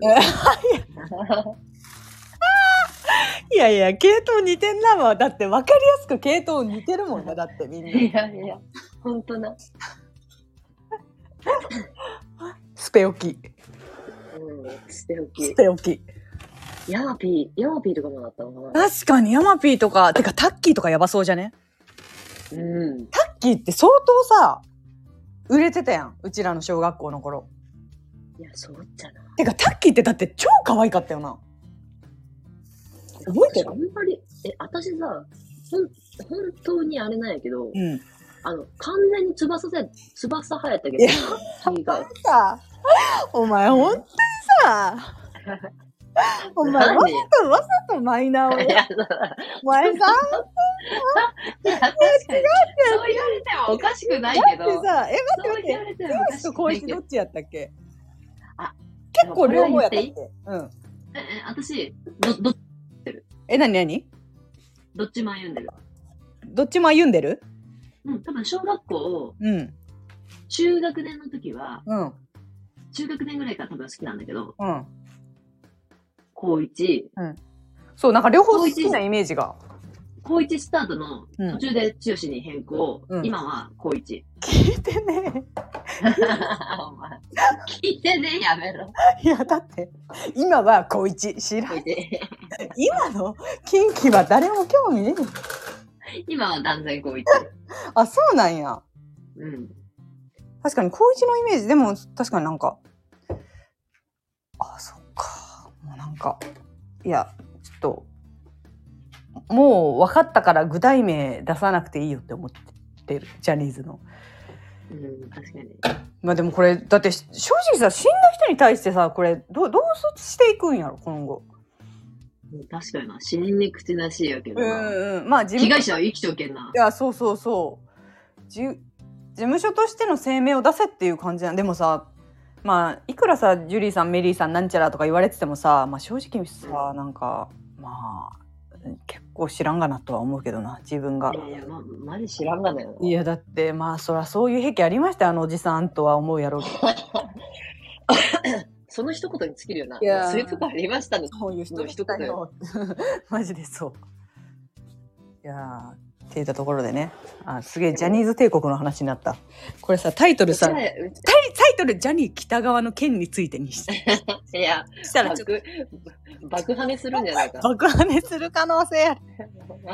[SPEAKER 1] いやいや、系統似てんなわ。だって分かりやすく系統似てるもんな。だってみんな。
[SPEAKER 2] いやいや、ほんとな。
[SPEAKER 1] スペオキ。
[SPEAKER 2] うん、捨てお
[SPEAKER 1] ス
[SPEAKER 2] き。
[SPEAKER 1] ペオキ。
[SPEAKER 2] ヤマピー、ヤマピーとかもだったのかな。
[SPEAKER 1] 確かにヤマピーとか、てかタッキーとかやばそうじゃね
[SPEAKER 2] うん。
[SPEAKER 1] タッキーって相当さ、売れてたやん。うちらの小学校の頃。
[SPEAKER 2] いや、そうじゃな。
[SPEAKER 1] てかタッキーってだって超可愛かったよな。覚えてる
[SPEAKER 2] あんまり、え、私さ、ほん、本当にあれなんやけど、
[SPEAKER 1] うん。
[SPEAKER 2] あの、完全に翼さ、翼生えたけ
[SPEAKER 1] いや
[SPEAKER 2] ど、気が。
[SPEAKER 1] さあ、お前ほんとにさ、お前わ
[SPEAKER 2] 何い
[SPEAKER 1] ざとわざとマイナーをや。
[SPEAKER 2] や、そう
[SPEAKER 1] お前さ、
[SPEAKER 2] 確かにそう言われてもおかしくないけ
[SPEAKER 1] だ
[SPEAKER 2] ど、
[SPEAKER 1] ってさ、え、待っ
[SPEAKER 2] そう
[SPEAKER 1] て
[SPEAKER 2] 言
[SPEAKER 1] 待っ
[SPEAKER 2] わ
[SPEAKER 1] て。
[SPEAKER 2] れてもおか
[SPEAKER 1] 剛
[SPEAKER 2] し
[SPEAKER 1] と
[SPEAKER 2] くな
[SPEAKER 1] 光
[SPEAKER 2] い
[SPEAKER 1] 一
[SPEAKER 2] け
[SPEAKER 1] ど
[SPEAKER 2] ど
[SPEAKER 1] っ。ちやったっけ
[SPEAKER 2] あ
[SPEAKER 1] 結構両方やったっ
[SPEAKER 2] で
[SPEAKER 1] けうん。
[SPEAKER 2] ええ私、ど、ど、
[SPEAKER 1] え、なになに
[SPEAKER 2] どっちも歩んでる。
[SPEAKER 1] どっちも歩んでる
[SPEAKER 2] うん、多分小学校、
[SPEAKER 1] うん。
[SPEAKER 2] 中学年の時は、
[SPEAKER 1] うん。
[SPEAKER 2] 中学年ぐらいから多分好きなんだけど、
[SPEAKER 1] うん。
[SPEAKER 2] 高一、
[SPEAKER 1] そう、なんか両方好きなイメージが。
[SPEAKER 2] 高一スタートの
[SPEAKER 1] うん
[SPEAKER 2] 途中で剛に変更、
[SPEAKER 1] うん
[SPEAKER 2] 今は高 一。
[SPEAKER 1] 聞いてね。
[SPEAKER 2] お前聞いてね、やめろ。
[SPEAKER 1] いや、だって、今は高一。知ら
[SPEAKER 2] 高
[SPEAKER 1] ん。
[SPEAKER 2] 一
[SPEAKER 1] 今の近畿は誰も興味ねえ。
[SPEAKER 2] 今は断然高一。
[SPEAKER 1] あ、そうなんや。
[SPEAKER 2] うん。
[SPEAKER 1] 確かに高一のイメージ、でも確かになんか。あ、そっか。もうなんか。いや、ちょっと、もう分かったから具体名出さなくていいよって思ってる。ジャニーズの。
[SPEAKER 2] うん、確かに。
[SPEAKER 1] まあでもこれだってし正直さ死んだ人に対してさこれどうどうしていくんやろ今後
[SPEAKER 2] うん確かにな。死人に口なしやけどな。
[SPEAKER 1] うんまあ事
[SPEAKER 2] 被
[SPEAKER 1] 務い
[SPEAKER 2] 害者は生きとけんな。
[SPEAKER 1] やそうそうそうじ事務所としての声明を出せっていう感じなんでもさまあいくらさジュリーさんメリーさんなんちゃらとか言われててもさ、まあ、正直さなんかまあ結構知らんがなとは思うけどな自分が
[SPEAKER 2] い。やいや、ま、マジ知らんがなよ。
[SPEAKER 1] いやだってまあそらそういう癖ありましたよあのおじさんとは思うやろうけど
[SPEAKER 2] その一言に尽きるよな。
[SPEAKER 1] いやー
[SPEAKER 2] そういうとこありましたね。
[SPEAKER 1] そういう人だったよ。 マジでそう。いやー、って言ったところでね。あ、すげえ、ジャニーズ帝国の話になった。これさ、タイトルさ、タイ
[SPEAKER 2] うち
[SPEAKER 1] タイトル、ジャニー北側の件についてに し
[SPEAKER 2] らいや、
[SPEAKER 1] したら、ちょっ
[SPEAKER 2] 爆、爆跳ねするんじゃないか
[SPEAKER 1] と。爆破ねする可能性ある。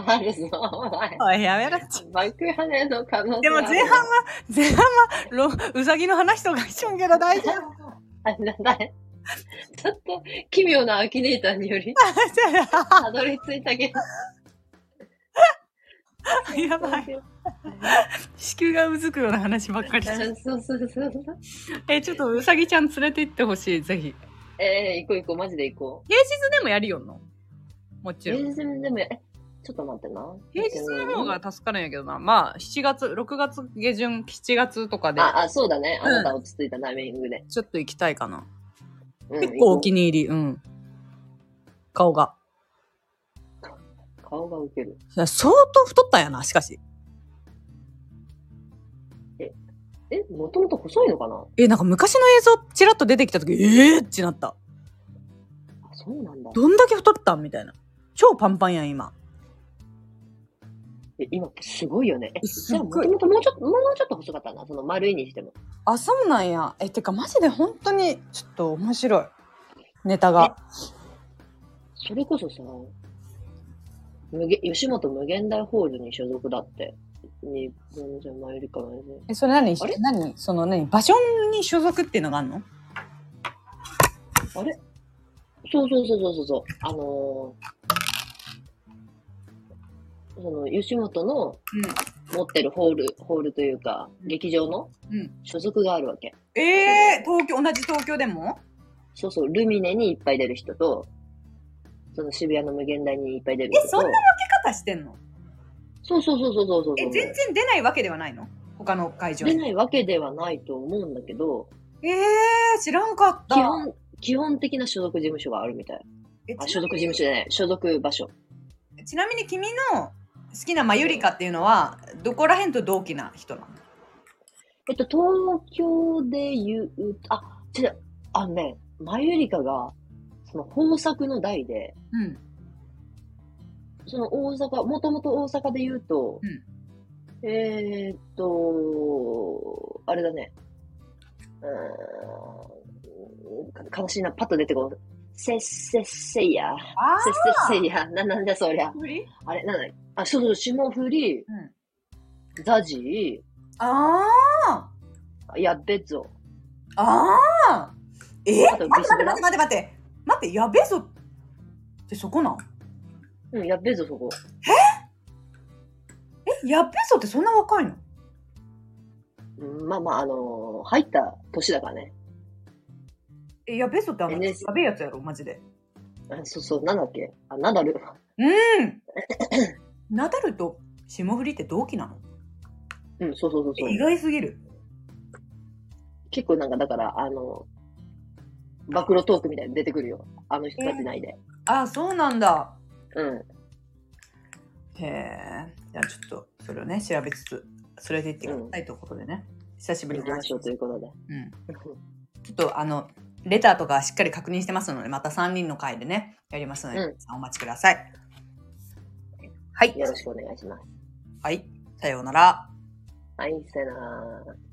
[SPEAKER 2] あるぞ、お前。
[SPEAKER 1] おい、やめろ。
[SPEAKER 2] 爆跳ねの可能性
[SPEAKER 1] でも
[SPEAKER 2] ある
[SPEAKER 1] 前半は、前半は、ロうさぎの話とかしちょんけど大丈夫。
[SPEAKER 2] あれなんだいちょっと奇妙なアキネーターによりたどり着いたけど。
[SPEAKER 1] やばい。子宮がうずくような話ばっかりし
[SPEAKER 2] あ
[SPEAKER 1] て。
[SPEAKER 2] そうそうそうそう。
[SPEAKER 1] え、ちょっとうさぎちゃん連れて行ってほしい、ぜひ。
[SPEAKER 2] えー、行こう行こう、マジで行こ
[SPEAKER 1] 平日でもやるよのも
[SPEAKER 2] う。
[SPEAKER 1] ちろん
[SPEAKER 2] 平。日でも、え、ちょっと待ってな。
[SPEAKER 1] 平日の方が助かるんやけどな。まあ、7月、6月下旬、7月とかで、
[SPEAKER 2] あ、あ、そうだね。
[SPEAKER 1] うん
[SPEAKER 2] あなた落ち着いたタイミングで。
[SPEAKER 1] ちょっと行きたいかな。
[SPEAKER 2] うん
[SPEAKER 1] 結構お
[SPEAKER 2] 行
[SPEAKER 1] 気に入り、うん。顔が。
[SPEAKER 2] こう顔がウケる。
[SPEAKER 1] 相当太ったんやな、しかし。
[SPEAKER 2] え、もともと細いのかな
[SPEAKER 1] え、なんか昔の映像ちらっと出てきた時、えーってなった。
[SPEAKER 2] あ、そうなんだ。
[SPEAKER 1] どんだけ太ったんみたいな。超パンパンやん、今。
[SPEAKER 2] え今、すごいよね。え、
[SPEAKER 1] え
[SPEAKER 2] じ
[SPEAKER 1] す
[SPEAKER 2] ゃあ、も
[SPEAKER 1] ごい
[SPEAKER 2] ともともうちょっと、もうちょっと細かったな。その丸いにしても。
[SPEAKER 1] あ、そうなんや。え、てかマジで本当にちょっと面白い。ネタが。
[SPEAKER 2] それこそさ、無限、吉本無限大ホールに所属だって。に、全然前よりかないね。
[SPEAKER 1] え、それ何
[SPEAKER 2] あれ
[SPEAKER 1] 何その何場所に所属っていうのがあるの
[SPEAKER 2] あれそうそうそうそうそうそう。あのーその、吉本の持ってるホール、ホールというか、劇場の
[SPEAKER 1] うん
[SPEAKER 2] 所属があるわけ。
[SPEAKER 1] うん。えー、東京、同じ東京でも
[SPEAKER 2] そうそう、ルミネにいっぱい出る人と、その渋谷の無限大にいっぱい出る
[SPEAKER 1] え
[SPEAKER 2] 人と。
[SPEAKER 1] そんな分け方してんの
[SPEAKER 2] そうそうそうそうそうそうそう。
[SPEAKER 1] え、全然出ないわけではないの他の会場
[SPEAKER 2] 出
[SPEAKER 1] に。
[SPEAKER 2] ないわけではないと思うんだけど、
[SPEAKER 1] えー、知らんかっ
[SPEAKER 2] 基
[SPEAKER 1] た。
[SPEAKER 2] 本、基本的な所属事務所があるみたい。
[SPEAKER 1] え
[SPEAKER 2] あ、
[SPEAKER 1] ち
[SPEAKER 2] 所
[SPEAKER 1] なみ
[SPEAKER 2] 属事務所じゃない、所属場所。
[SPEAKER 1] ちなみに君の好きなマユリカっていうのは、どこら辺と同期な人なの
[SPEAKER 2] えっと、東京で言う、あ、違う、あのね、マユリカが、その豊作の代で、
[SPEAKER 1] うん。
[SPEAKER 2] その大阪、もともと大阪で言うと、えー、っと、あれだね。うーんか、悲しいな、パッと出てこう。せっせっせいや。
[SPEAKER 1] あ
[SPEAKER 2] せっせっせいや。な、なんだそりゃ。あれ、なんだあ、そうそう、霜降り、
[SPEAKER 1] うん
[SPEAKER 2] ザジ
[SPEAKER 1] あー
[SPEAKER 2] ー、やっべっぞ。
[SPEAKER 1] ああえ
[SPEAKER 2] あと
[SPEAKER 1] 待
[SPEAKER 2] ビス
[SPEAKER 1] って
[SPEAKER 2] ブラ
[SPEAKER 1] 待って待って待って待ってやべえぞってそこなん
[SPEAKER 2] うん、やっべっぞ、そこ。
[SPEAKER 1] えやべえぞってそんな若いの
[SPEAKER 2] うんまあまあ、あのー入った年だからね。
[SPEAKER 1] えやべえぞってあのや
[SPEAKER 2] NS
[SPEAKER 1] べえやつやろマジで
[SPEAKER 2] あそうそう、なんだっけあ、ナダル。
[SPEAKER 1] うん ナダルと霜降りって同期なの
[SPEAKER 2] うん、そうそうそうそ
[SPEAKER 1] え意
[SPEAKER 2] う。
[SPEAKER 1] 外すぎる
[SPEAKER 2] 結構なんか、だから、あのー暴露トークみたいに出てくるよ。あの人たち内で。
[SPEAKER 1] あそうなんだ
[SPEAKER 2] うん。
[SPEAKER 1] へえじゃあちょっとそれをね調べつつそれでいってくださいということでね、久しぶり
[SPEAKER 2] 行
[SPEAKER 1] に
[SPEAKER 2] きま
[SPEAKER 1] 話
[SPEAKER 2] しょうということで。
[SPEAKER 1] うんちょっとあのレターとかしっかり確認してますのでまた3人の回でねやりますので、
[SPEAKER 2] うん
[SPEAKER 1] 皆さんお待ちください。はい
[SPEAKER 2] よろしくお願いします。
[SPEAKER 1] はい、さようなら。
[SPEAKER 2] はい、さよなら。